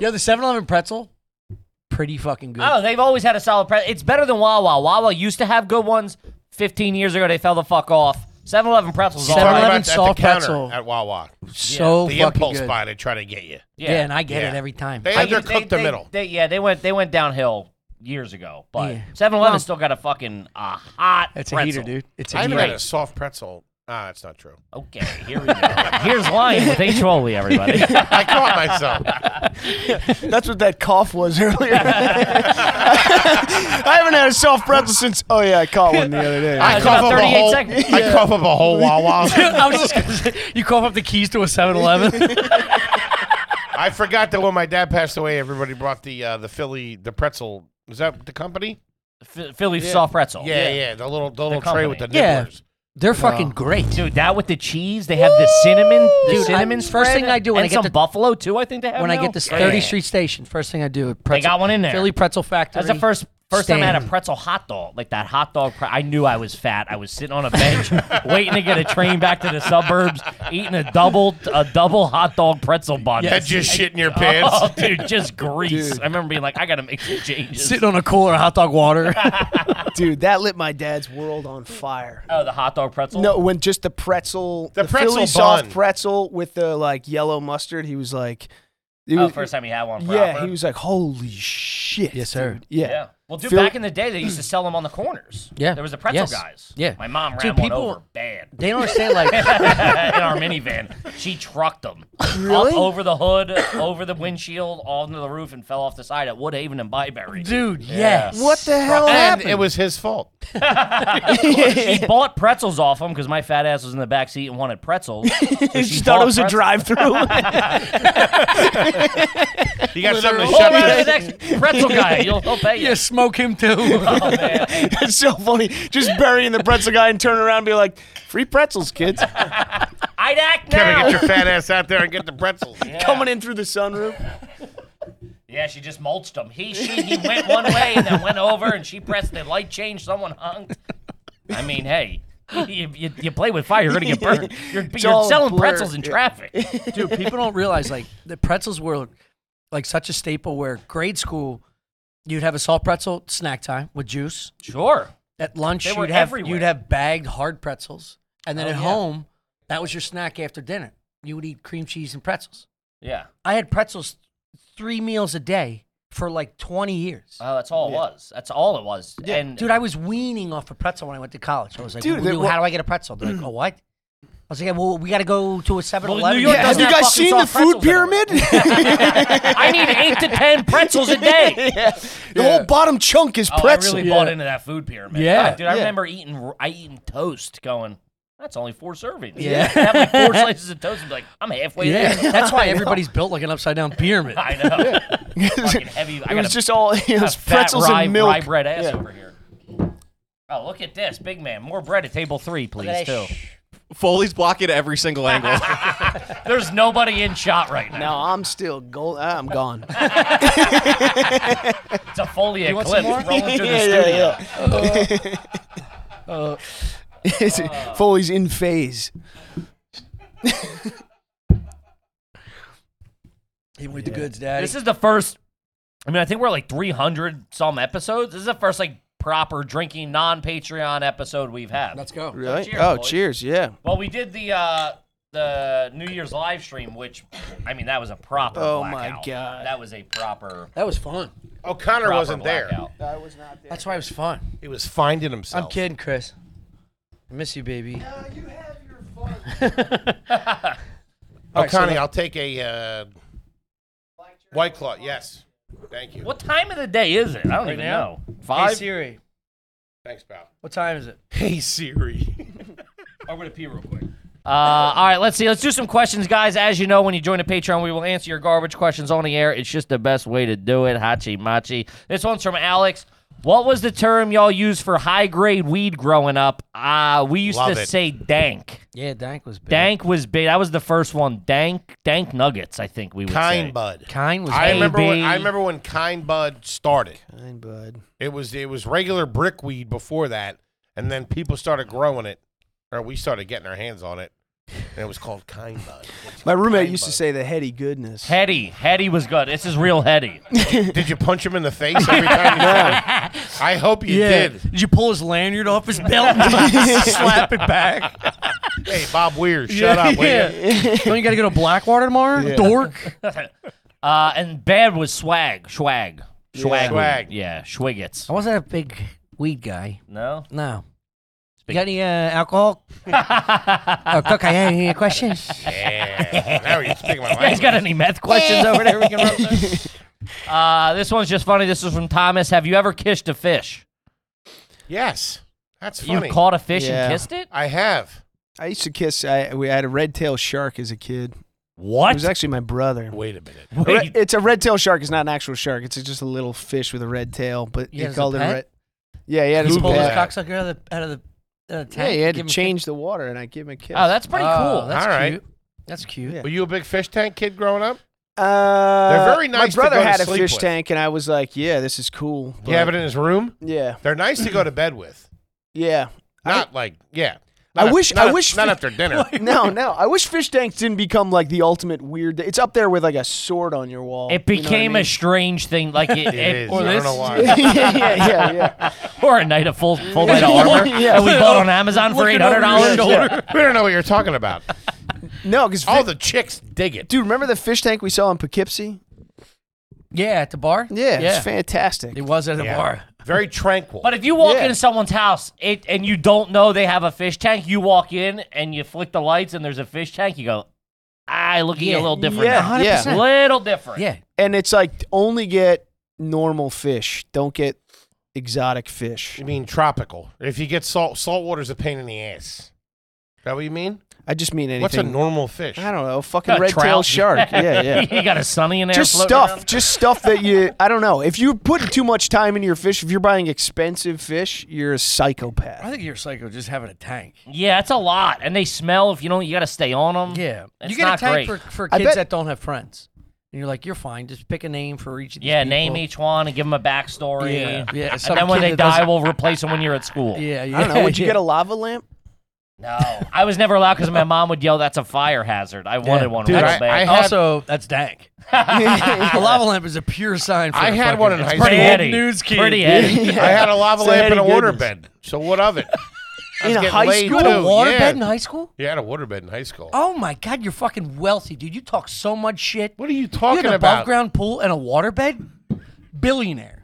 S4: Yo, the 7-Eleven pretzel, pretty fucking good.
S2: Oh, they've always had a solid price. It's better than Wawa. Wawa used to have good ones. 15 years ago, they fell the fuck off. 7 Eleven pretzels all
S1: Talking about
S4: Seven
S2: right.
S4: Eleven
S1: at the
S4: soft
S1: counter
S4: pretzel.
S1: at Wawa.
S4: so
S1: The
S4: fucking
S1: impulse
S4: good.
S1: buy they try to get you.
S4: Yeah. and I get
S1: Yeah.
S4: it every time.
S1: They
S2: I-
S1: undercooked the
S2: they-
S1: middle.
S2: they- yeah, they went they went downhill years ago. But
S4: Yeah.
S2: 7 Eleven still got a fucking uh, hot
S4: That's a
S2: pretzel.
S4: heater, dude. It's a
S1: I haven't
S4: heater.
S1: had a soft pretzel. Ah, that's not true.
S2: Okay, here we go. Here's Lion with H. Foley, everybody.
S1: I caught myself.
S5: That's what that cough was earlier. I haven't had a soft pretzel since. Oh yeah, I caught one the other day.
S1: I
S2: That's
S1: cough
S2: about
S1: up a
S2: 38
S1: whole.
S2: seconds.
S1: I cough up a whole Wawa.
S4: I was just gonna say, you cough up the keys to a 7-Eleven.
S1: I forgot that when my dad passed away, everybody brought the uh, the Philly the pretzel. Was that the company?
S2: F- Philly soft pretzel.
S1: Yeah, yeah. the little the little tray
S2: company.
S1: with the
S4: Yeah.
S1: nibblers.
S4: They're fucking great.
S2: Dude, that with the cheese, they have the cinnamon, the
S4: Dude, I-
S2: cinnamon spread.
S4: first thing I do when
S2: and
S4: I get
S2: some
S4: to-
S2: buffalo too. I think they have
S4: When I
S2: now?
S4: get to
S2: Yeah.
S4: 30th Street Station, first thing I do, pretzel,
S2: got one in there.
S4: Philly Pretzel Factory.
S2: That's the first first time I had a
S4: Stand.
S2: pretzel hot dog, like that hot dog. Pre- I knew I was fat. I was sitting on a bench, waiting to get a train back to the suburbs, eating a double a double hot dog pretzel bun.
S1: That just shit in your pants.
S2: Oh, dude, just grease. I remember being like, I gotta make some changes.
S4: Sitting on a cooler, hot dog water.
S5: Dude, that lit my dad's world on fire.
S2: oh, the hot dog pretzel.
S5: No, when just the pretzel,
S1: The pretzel
S5: Philly soft
S1: bun.
S5: pretzel with the like yellow mustard, he was like, it
S2: oh,
S5: was-
S2: first time you had one.
S5: yeah,
S2: proper.
S5: he was like, holy shit,
S4: Yes, sir.
S5: dude. Yeah.
S2: Yeah. Well, dude,
S5: Phil-
S2: back in the day, they used to sell them on the corners.
S4: Yeah.
S2: There was the pretzel
S4: Yes.
S2: guys.
S4: Yeah.
S2: My mom ran
S4: Dude,
S2: one
S4: people-
S2: over bad.
S4: they don't understand, like,
S2: in our minivan. She trucked them
S5: Really?
S2: up over the hood, over the windshield, all into the roof, and fell off the side at Woodhaven and Byberry.
S4: dude, yes.
S5: What the hell
S1: And
S5: happened?
S1: it was his fault.
S2: She bought pretzels off him because my fat ass was in the back seat and wanted pretzels. So she
S5: she thought
S2: bought
S5: it was a
S2: pretzels.
S5: drive-through.
S1: You got something to
S2: Pull
S1: shut
S2: around to
S1: up.
S2: the next pretzel guy. You'll, he'll pay you.
S4: Yeah, smoke him too.
S2: Oh, man.
S5: it's so funny. Just burying the pretzel guy and turn around and be like, free pretzels, kids.
S2: I'd act
S1: Kevin,
S2: now.
S1: get your fat ass out there and get the pretzels.
S5: Coming in through the sunroof.
S2: Yeah, she just mulched him. He, she, he went one way and then went over, and she pressed the light change. Someone hung. I mean, hey, you, you, you play with fire, you're gonna get burned. You're, you're
S5: all
S2: selling
S5: blurred,
S2: pretzels in traffic.
S4: Dude, people don't realize like the pretzels were like such a staple where grade school you'd have a salt pretzel snack time with juice.
S2: Sure.
S4: At lunch
S2: They were
S4: you'd have
S2: everywhere.
S4: you'd have bagged hard pretzels. And then
S2: Oh,
S4: at
S2: yeah.
S4: home, that was your snack after dinner. You would eat cream cheese and pretzels.
S2: Yeah.
S4: I had pretzels three meals a day for like 20 years.
S2: Oh, that's all it was. That's all it was. And
S4: Dude, I was weaning off a pretzel when I went to college. I was like,
S5: Dude,
S4: "What do
S5: they-
S4: you- how do I get a pretzel? They're like, oh, what? I was like, well, we got to go to a 7 Eleven.
S2: York Yeah,
S5: have
S2: doesn't
S5: you
S2: have
S5: guys
S2: fucking
S5: seen the
S2: soft
S5: food
S2: pretzels anywhere.
S5: pyramid?
S2: I need eight to ten pretzels a day.
S5: The whole bottom chunk is
S2: Oh,
S5: pretzel.
S2: I really bought into that food pyramid.
S4: Yeah.
S2: God, dude, I remember eating I eating toast, going, that's only four servings.
S4: Yeah.
S2: I'd have like four slices of toast and be like, I'm halfway there.
S4: Yeah, that's why everybody's built like an upside down pyramid.
S2: I know. Fucking heavy. I
S5: it
S2: got
S5: was
S2: a
S5: just all it
S2: a
S5: was
S2: fat
S5: pretzels
S2: rye,
S5: and milk.
S2: rye bread ass
S5: Yeah.
S2: over here. Oh, look at this, big man. More bread at table three, please,
S4: at
S2: too.
S4: that
S6: Foley's blocking every single angle.
S2: There's nobody in shot right now.
S5: No, I'm still gold. I'm gone.
S2: It's a Foley eclipse rolling through the Uh, studio. uh.
S5: Foley's in phase.
S4: Even with the goods, daddy.
S2: This is the first. I mean, I think we're like 300 some episodes. This is the first like proper drinking non Patreon episode we've had.
S4: Let's go.
S5: Really?
S2: Cheers,
S5: oh,
S2: boys.
S5: cheers. Yeah.
S2: well, we did the uh the New Year's live stream, which I mean that was a proper.
S5: Oh, my
S2: blackout.
S5: God.
S2: That was a proper.
S4: That was fun.
S1: O'Connor
S2: proper
S1: wasn't there.
S2: blackout.
S4: That's why it was fun.
S1: He was finding himself.
S4: I'm kidding, Chris. I miss you, baby.
S1: Oh,
S4: right, so
S1: Connie,
S4: the-
S1: I'll take a uh, white claw. Yes, thank you.
S2: What time of the day is it? I don't even know. Five.
S4: Hey Siri,
S1: Thanks, pal.
S4: what time is it?
S1: Hey Siri.
S2: Uh, all right, let's see. Let's do some questions, guys. As you know, when you join a Patreon, we will answer your garbage questions on the air. It's just the best way to do it. Hachi machi. This one's from Alex. What was the term y'all used for high grade weed growing up? Uh, we used
S1: Love
S2: to
S1: it.
S2: say dank.
S4: Yeah, Dank was big.
S2: Dank was big. That was the first one. Dank, dank nuggets. I think we would say.
S1: kind Bud.
S4: Kind was.
S1: I
S4: big.
S1: remember when I
S2: baby.
S1: remember when Kind Bud started.
S5: Fine, bud.
S1: It was it was regular brickweed before that, and then people started growing it, or we started getting our hands on it, and it was called Kind Bud.
S5: My roommate used to say the heady goodness.
S2: Heady, heady was good. This is real heady.
S1: "Did you punch him in the face every time?" You said it? I hope you did.
S4: you pull his lanyard off his belt and slap it back?
S1: Hey, Bob Weir, shut up. will ya?
S4: Don't you got to go to Blackwater tomorrow? Dork.
S2: Uh, and bad was swag, swag, swag,
S1: Swag.
S2: yeah, schwiggets.
S4: I wasn't a big weed guy.
S2: No,
S4: No. You got any uh, alcohol? oh, Cook, I had any questions?
S1: Yeah. Now you're speaking my
S2: You guys
S1: language.
S2: got any meth questions over there we can run through? Uh, this one's just funny. This is from Thomas. Have you ever kissed a fish?
S1: Yes, that's funny.
S2: You've caught a fish
S5: Yeah.
S2: and kissed it?
S1: I have.
S5: I used to kiss. I we had a red-tailed shark as a kid. It
S2: What?
S5: was actually my brother.
S1: Wait a minute.
S5: A re-
S2: Wait,
S5: It's a red-tailed shark. It's not an actual shark. It's just a little fish with a red tail. But
S4: Yeah,
S5: he
S4: as a
S5: called it a
S4: pet?
S5: red. Yeah, he had his
S1: Google
S4: Pull
S1: that.
S5: pet.
S4: yeah. his cocksucker out of the out of the, out of the
S5: Yeah,
S4: tank.
S5: he had to
S4: give him a
S5: change the water, and I give him a kiss.
S2: oh, that's pretty
S4: Oh,
S2: cool.
S4: That's
S1: All right.
S4: cute. That's cute.
S5: Yeah.
S1: Were you a big fish tank kid growing up?
S5: Uh,
S1: very nice to
S5: My brother
S1: go to
S5: had a
S1: sleep
S5: fish
S1: with.
S5: tank, and I was like, "Yeah, this is cool."
S1: You have it in his room.
S5: Yeah,
S1: They're nice to go to bed with.
S5: yeah.
S1: Not like yeah.
S5: I
S1: Not af-
S5: wish-
S1: Not,
S5: I
S1: af-
S5: wish
S1: Not
S5: fi-
S1: after dinner.
S5: no, no. I wish fish tanks didn't become like the ultimate weird. It's up there with like a sword on your wall.
S2: It became a strange thing, like it,
S1: It
S2: it,
S1: is. I don't know why.
S5: a sh- yeah, yeah, yeah.
S2: or a night of full full night of armor
S5: Yeah.
S2: that we bought on Amazon for eight
S4: Looking over
S2: hundred
S4: your
S2: dollars.
S4: shoulder.
S1: we don't know what you're talking about.
S5: No, because
S1: All the chicks dig it.
S5: dude, remember the fish tank we saw in Poughkeepsie?
S4: Yeah, at the bar.
S5: Yeah,
S4: yeah.
S5: it's fantastic.
S4: It was at the
S1: Yeah.
S4: bar.
S1: Very tranquil.
S2: But if you walk
S5: Yeah.
S2: into someone's house it, and you don't know they have a fish tank, you walk in and you flick the lights and there's a fish tank, you go, I look at you
S4: Yeah.
S2: a little different.
S5: Yeah,
S2: now."
S5: yeah.
S4: 100%.
S2: Little different.
S4: Yeah,
S5: And it's like only get normal fish. Don't get exotic fish.
S1: you mean tropical? If you get salt, salt water's a pain in the ass. Is that what you mean?
S5: I just mean anything.
S1: What's a normal fish?
S5: I don't know. Fucking
S2: A
S5: red tail
S2: trout.
S5: shark. Yeah, yeah.
S2: you got a sunny in there.
S5: just
S2: floating
S5: stuff,
S2: around?
S5: just stuff that you. I don't know. If you put too much time into your fish, if you're buying expensive fish, you're a psychopath.
S4: I think you're psycho just having a tank.
S2: Yeah, it's a lot, and they smell. If you don't, you got to stay on them.
S4: Yeah,
S2: It's
S4: you get
S2: not
S4: a tank
S2: great.
S4: for, for
S5: I
S4: kids
S5: bet-
S4: that don't have friends, and you're like, you're fine. Just pick a name for each of these.
S2: Yeah, name
S4: people."
S2: each one and give them a backstory.
S4: Yeah, yeah, some
S2: And then when
S4: kid
S2: they
S4: that
S2: die,
S4: doesn't-
S2: we'll replace them when you're at school.
S4: Yeah, yeah.
S5: I don't know. Would you get a lava lamp?
S2: No, I was never allowed because my mom would yell, "That's a fire hazard." I wanted one
S1: Dude,
S2: real
S1: I-
S2: bad.
S1: I had-
S4: Also, that's dank. a lava lamp is a pure sign. for
S1: I
S4: a
S1: had
S4: fucking-
S1: one in
S4: it's
S1: high
S4: pretty
S1: school.
S4: old
S2: Pretty
S4: news kid.
S2: Pretty heady.
S1: I had a lava
S5: It's a
S1: lamp and a
S5: heady goodness.
S1: waterbed. So what of it? I was
S5: In a
S1: getting
S5: high
S1: laid,
S5: school?
S1: too.
S4: You had a water
S1: yeah.
S4: bed in high school?
S1: Yeah, I had a waterbed in high school.
S4: Oh my god, you're fucking wealthy, dude. You talk so much shit.
S1: What are you
S4: You
S1: talking
S4: had an above
S1: about?
S4: ground pool and a water bed? Billionaire.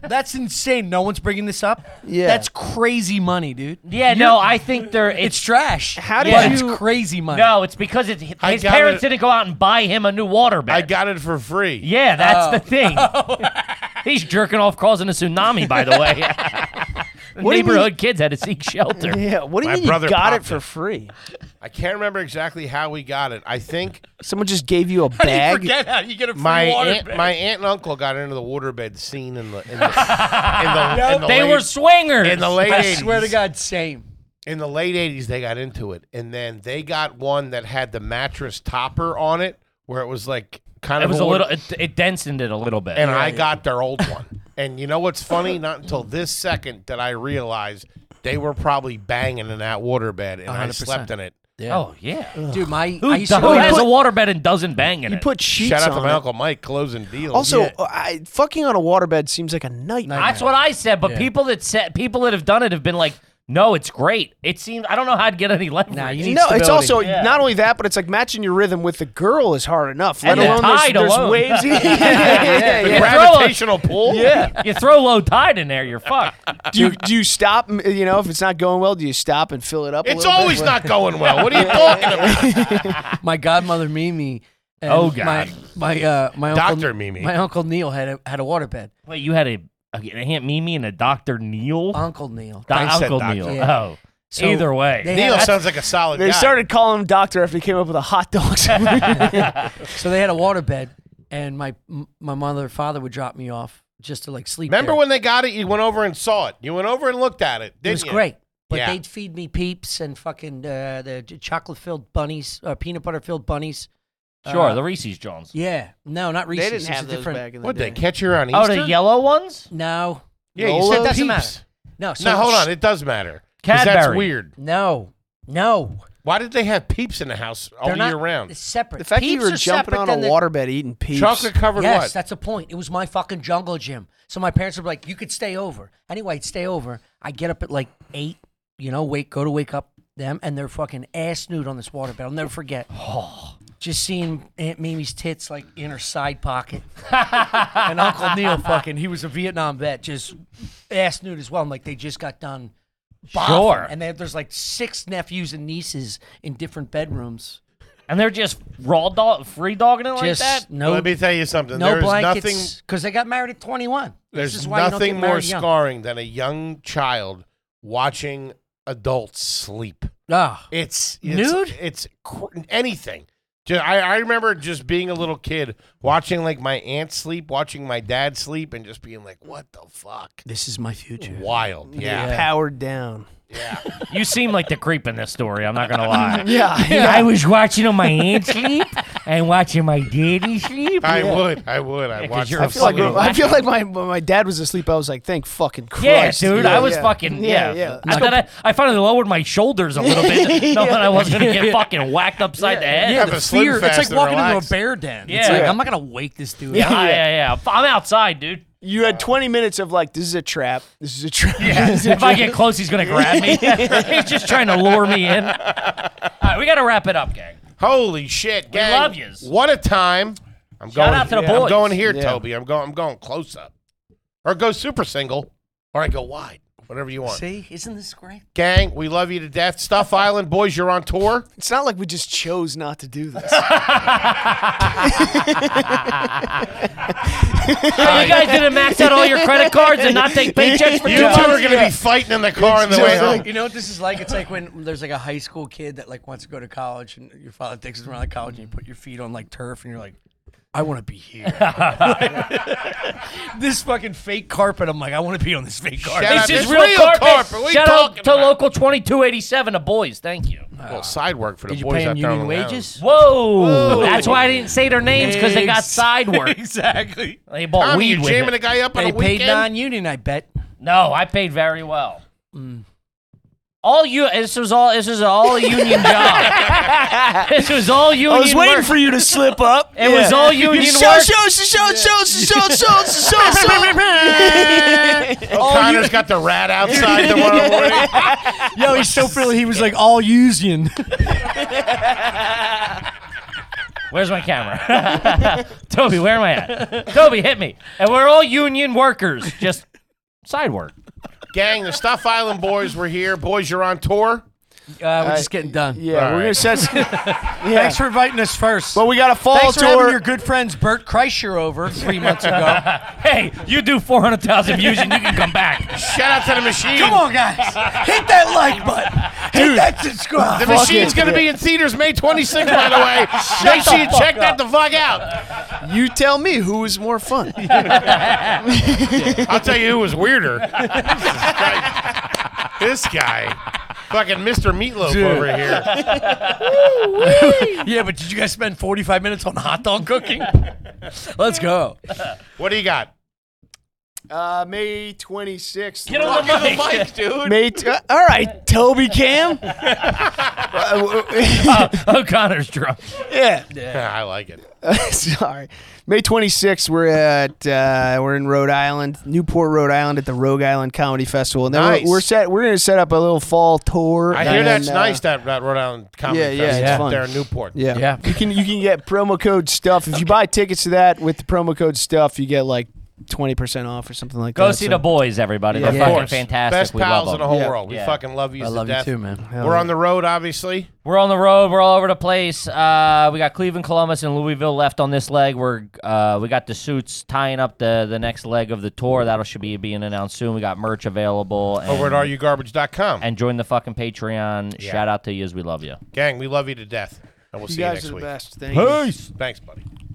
S4: That's insane. No one's bringing this up.
S5: Yeah.
S4: That's crazy money, dude.
S2: Yeah, no, I think they're. It's,
S4: It's trash. How
S5: did
S4: but
S5: you-
S4: it's crazy money.
S2: no, it's because it's, his
S1: I got
S2: parents
S1: it.
S2: didn't go out and buy him a new water bed.
S1: I got it for free.
S2: yeah, that's the thing. He's jerking off, causing a tsunami. By the way, The
S5: What do you
S2: neighborhood kids had to seek shelter.
S5: Yeah. What do you
S1: My
S5: mean you
S1: brother
S5: got it
S1: popped
S5: for
S1: it.
S5: free?
S1: I can't remember exactly how we got it. I think
S5: Someone just gave you a bag.
S4: how you get a free
S1: my aunt, my aunt and uncle got into the waterbed scene in the in the, in the, in the
S2: They
S1: late,
S2: were swingers.
S1: in the late
S4: I swear to
S1: eighties.
S4: God, same.
S1: In the late eighties, they got into it, and then they got one that had the mattress topper on it, where it was like kind
S2: It
S1: of
S2: was a
S1: water-
S2: little. It, it densened it a little bit.
S1: And I got their old one. And you know what's funny? Not until this second did I realize they were probably banging in that waterbed, and I slept in it.
S4: Yeah.
S2: Oh yeah.
S4: Dude, my
S2: Who,
S4: I used to
S2: who
S4: go
S2: has
S4: put-
S2: a waterbed and doesn't bang in
S5: You
S2: it?
S5: put sheets
S1: Shout out to
S5: on
S1: my
S5: it.
S1: uncle Mike closing deals.
S5: Also, uh,
S4: Yeah.
S5: I, fucking on a waterbed seems like a nightmare.
S2: That's what I said. But
S4: Yeah.
S2: people that said people that have done it have been like, no, it's great. It seems I don't know how I'd get any leverage.
S4: Nah, you need
S5: No, it's
S4: stability.
S5: also
S2: Yeah.
S5: not only that, but it's like matching your rhythm with the girl is hard enough. Let
S2: And the
S5: alone there's-
S2: tide
S5: there's,
S2: alone.
S5: waves. yeah, yeah,
S1: the
S5: yeah.
S1: gravitational pull.
S5: Yeah.
S2: you throw low tide in there, you're fucked.
S5: Do you, do you stop? m- You know, if it's not going well, do you stop and fill it up? a
S1: It's
S5: little bit?
S1: always not going well. What are you talking about?
S4: my godmother Mimi. And
S2: Oh,
S4: My
S2: God.
S4: my uh, my
S1: Dr.
S4: uncle,
S1: Mimi.
S4: My uncle Neil had a had a waterbed.
S2: Wait, you had a, a Aunt Mimi and a Doctor Neil,
S4: Uncle Neil.
S2: Do-
S1: I said
S2: Uncle
S1: Dr.
S2: Neil.
S4: Yeah.
S2: Oh, either way,
S4: They
S1: Neil
S4: had,
S1: sounds like a solid
S5: They
S1: guy.
S5: started calling him doctor after he came up with a hot dog. sandwich.
S4: so they had a waterbed, and my m- my mother and father would drop me off just to like sleep.
S1: Remember
S4: there.
S1: when they got it? You went over and saw it. You went over and looked at it.
S4: It
S1: didn't
S4: was
S1: you?
S4: great. But
S1: Yeah.
S4: they'd feed me peeps and fucking uh, the chocolate filled bunnies or peanut butter filled bunnies.
S2: sure,
S4: Uh,
S2: the Reese's Johns.
S4: yeah. No, not Reese's.
S5: they didn't
S4: It's
S5: have
S4: a
S5: those
S4: different.
S5: back in the
S1: What
S5: day.
S1: they catch you on Easter?
S2: Oh, the yellow ones.
S4: No.
S1: yeah, you said
S4: It doesn't
S1: peeps.
S4: matter. No. So
S1: Now hold on, it does matter. 'Cause That's
S2: Cadbury.
S1: weird.
S4: No. No.
S1: Why did they have peeps in the house all
S4: They're
S1: year
S4: not
S1: round?
S4: it's separate.
S5: The fact that you
S4: Peeps
S5: were
S4: are
S5: jumping
S4: separate
S5: on a
S4: than the-
S5: waterbed eating peeps.
S1: Chocolate covered
S4: Yes,
S1: what?
S4: that's the point. It was my fucking jungle gym. So my parents would be like, "You could stay over." Anyway, I'd stay over. I get up at like eight. You know, wake go to wake up them, and they're fucking ass nude on this waterbed. I'll never forget. Just seeing Aunt Mimi's tits like in her side pocket, and Uncle Neil fucking he was a Vietnam vet, just ass nude as well. I'm like, they just got done. boffing.
S2: Sure.
S4: and they, there's like six nephews and nieces in different bedrooms.
S2: and they're just raw dog, free dogging it like
S4: Just
S2: that.
S4: no
S1: Let me tell you something.
S4: no
S1: there's nothing.
S4: blankets because they got married at 21.
S1: There's
S4: this is why you
S1: nothing
S4: don't get
S1: more
S4: married young.
S1: scarring than a young child watching adults sleep.
S4: Ah,
S1: It's, it's
S4: Nude?
S1: It's, cr- anything. Ju- I, I remember just being a little kid watching like my aunt sleep, watching my dad sleep, and just being like, "What the fuck?"
S4: this is my future.
S1: Wild. Yeah.
S5: Powered down.
S2: You seem like the creep in this story. I'm not gonna lie.
S5: Yeah.
S2: I was watching on my aunt sleep and watching my daddy sleep.
S1: I would. I would. I
S2: 'cause
S1: watched.
S2: you're
S1: them
S2: a
S5: I feel like,
S1: sleep.
S2: fucking
S5: I feel like my when my dad was asleep. I was like, thank fucking
S2: Yeah,
S5: Christ.
S2: dude, I was fucking yeah.
S5: Yeah, yeah.
S2: I, then I, I finally lowered my shoulders a little bit, knowing I was gonna get fucking whacked upside the head.
S1: Have a slim
S4: Fear. It's
S1: fast
S4: like
S1: and
S4: walking
S1: relax.
S4: into a bear den.
S2: Yeah.
S4: It's like,
S2: Yeah.
S4: I'm not going to wake this dude
S2: Yeah,
S4: up.
S2: yeah, yeah, yeah. I'm outside, dude.
S5: You had 20 minutes of like, this is a trap. This is a trap.
S2: if I get close, he's gonna grab me. he's just trying to lure me in. All right, we gotta wrap it up, gang.
S1: Holy shit, gang!
S2: love yous.
S1: What a time! I'm going.
S2: out to the
S1: yeah, I'm
S2: boys.
S1: going here,
S5: Yeah.
S1: Toby. I'm going. I'm going close up, or go super single, or I go wide. Whatever you want.
S4: See, isn't this great?
S1: Gang, we love you to death. Stuff Island boys, you're on tour.
S5: It's not like we just chose not to do this.
S2: Oh, you guys didn't max out all your credit cards and not take paychecks for
S1: You
S2: two
S1: two
S2: months.
S1: are going to be fighting in the car on the
S5: It's
S1: way
S5: just
S1: home.
S5: like-
S4: You know what this is like? It's like when there's like a high school kid that like wants to go to college, and your father takes him around the college, and you put your feet on like turf, and you're like, I want to be here. this fucking fake carpet. I'm like, I want to be on this fake carpet.
S1: Shout out-
S2: This is
S1: It's
S2: real,
S1: real
S2: carpet.
S1: carpet. What are you
S2: Shout out
S1: talking
S2: to
S1: about?
S2: local 2287 of boys. Thank you.
S1: well, side work for the
S4: Uh, Did you
S1: boys
S4: pay
S1: out
S4: him
S1: there on
S4: union
S1: the
S4: wages?
S2: Whoa. That's why I didn't say their names because they got side work.
S4: exactly.
S2: They bought
S1: Tommy,
S2: weed
S1: you
S2: with
S1: jamming
S2: it.
S1: a guy up on
S4: They
S1: a weekend?
S4: paid non-union, I bet. Uh,
S2: No, I paid very well. All you. This was all. This was all a union job. this was all union.
S5: I was waiting
S2: work.
S5: for you to slip up.
S2: It was all union
S5: show,
S2: work.
S5: Show, show, show, show, show, show,
S4: Oh,
S5: show.
S1: O'Connor's got the rat outside tomorrow morning.
S4: Yo, he's so friendly. He was like all union.
S2: Where's my camera? Toby, where am I at? Toby, hit me. And we're all union workers. Just side work.
S1: Gang, the Stuff Island boys were here. Boys, you're on tour.
S4: Uh, we're just getting done.
S5: Yeah, we're gonna
S1: right.
S5: set.
S4: Thanks for inviting us first.
S5: But we got a fall
S4: Thanks for
S5: tour.
S4: having your good friends Bert Kreischer over three months ago.
S2: Hey, you do 400,000 views and you can come back.
S1: Shout out to the machine.
S4: Come on, guys. Hit that like button. Hit that subscribe.
S1: The machine's
S5: it.
S1: going to be in theaters May 26th, by the way. Make sure you check that the fuck out.
S5: you tell me who is more fun.
S1: I'll tell you who was weirder. this guy. Fucking Mr. Meatloaf over here.
S4: Yeah, but did you guys spend 45 minutes on hot dog cooking? Let's go.
S1: What do you got?
S5: Uh, May 26th.
S2: Get on the mic.
S6: Mike, dude.
S5: May t- uh, all right, Toby Cam. Uh,
S4: Uh,
S2: O'Connor's drunk.
S5: yeah.
S1: I like it.
S5: Sorry. May 26th, we're at uh, we're in Rhode Island, Newport, Rhode Island, at the Rogue Island Comedy Festival, and then
S1: Nice.
S5: we're, we're set. We're gonna set up a little fall tour.
S1: I hear
S5: and,
S1: that's
S5: uh,
S1: nice. That, that Rhode Island comedy
S5: Yeah, yeah,
S1: festival
S5: it's
S1: up
S5: fun.
S1: there in Newport.
S5: Yeah.
S2: Yeah.
S5: You can you can get promo code stuff if you buy tickets to that with the promo code stuff. You get like 20% off or something like
S2: Go
S5: that.
S2: see
S5: so-
S2: the boys, everybody.
S5: Yeah,
S2: They're
S5: of
S2: fucking
S1: course.
S2: fantastic.
S1: Best
S2: we
S1: pals
S2: love
S1: in the
S2: them.
S1: whole
S5: Yeah.
S1: world. We
S2: Yeah.
S1: fucking love you.
S9: I
S1: to
S9: love you
S1: death.
S9: too, man.
S1: We're on the road, obviously.
S2: We're on the road. We're all over the place. Uh, we got Cleveland, Columbus, and Louisville left on this leg. We're uh, we got the suits tying up the the next leg of the tour. That'll should be being announced soon. We got merch available. And,
S1: Over at areyougarbage.com.
S2: and join the fucking Patreon.
S1: Yeah.
S2: Shout out to you as we love you.
S1: Gang, we love you to death. And we'll
S5: You
S1: see you
S5: guys
S1: next
S5: are the
S1: week.
S5: best. Thank you.
S1: Thanks, buddy.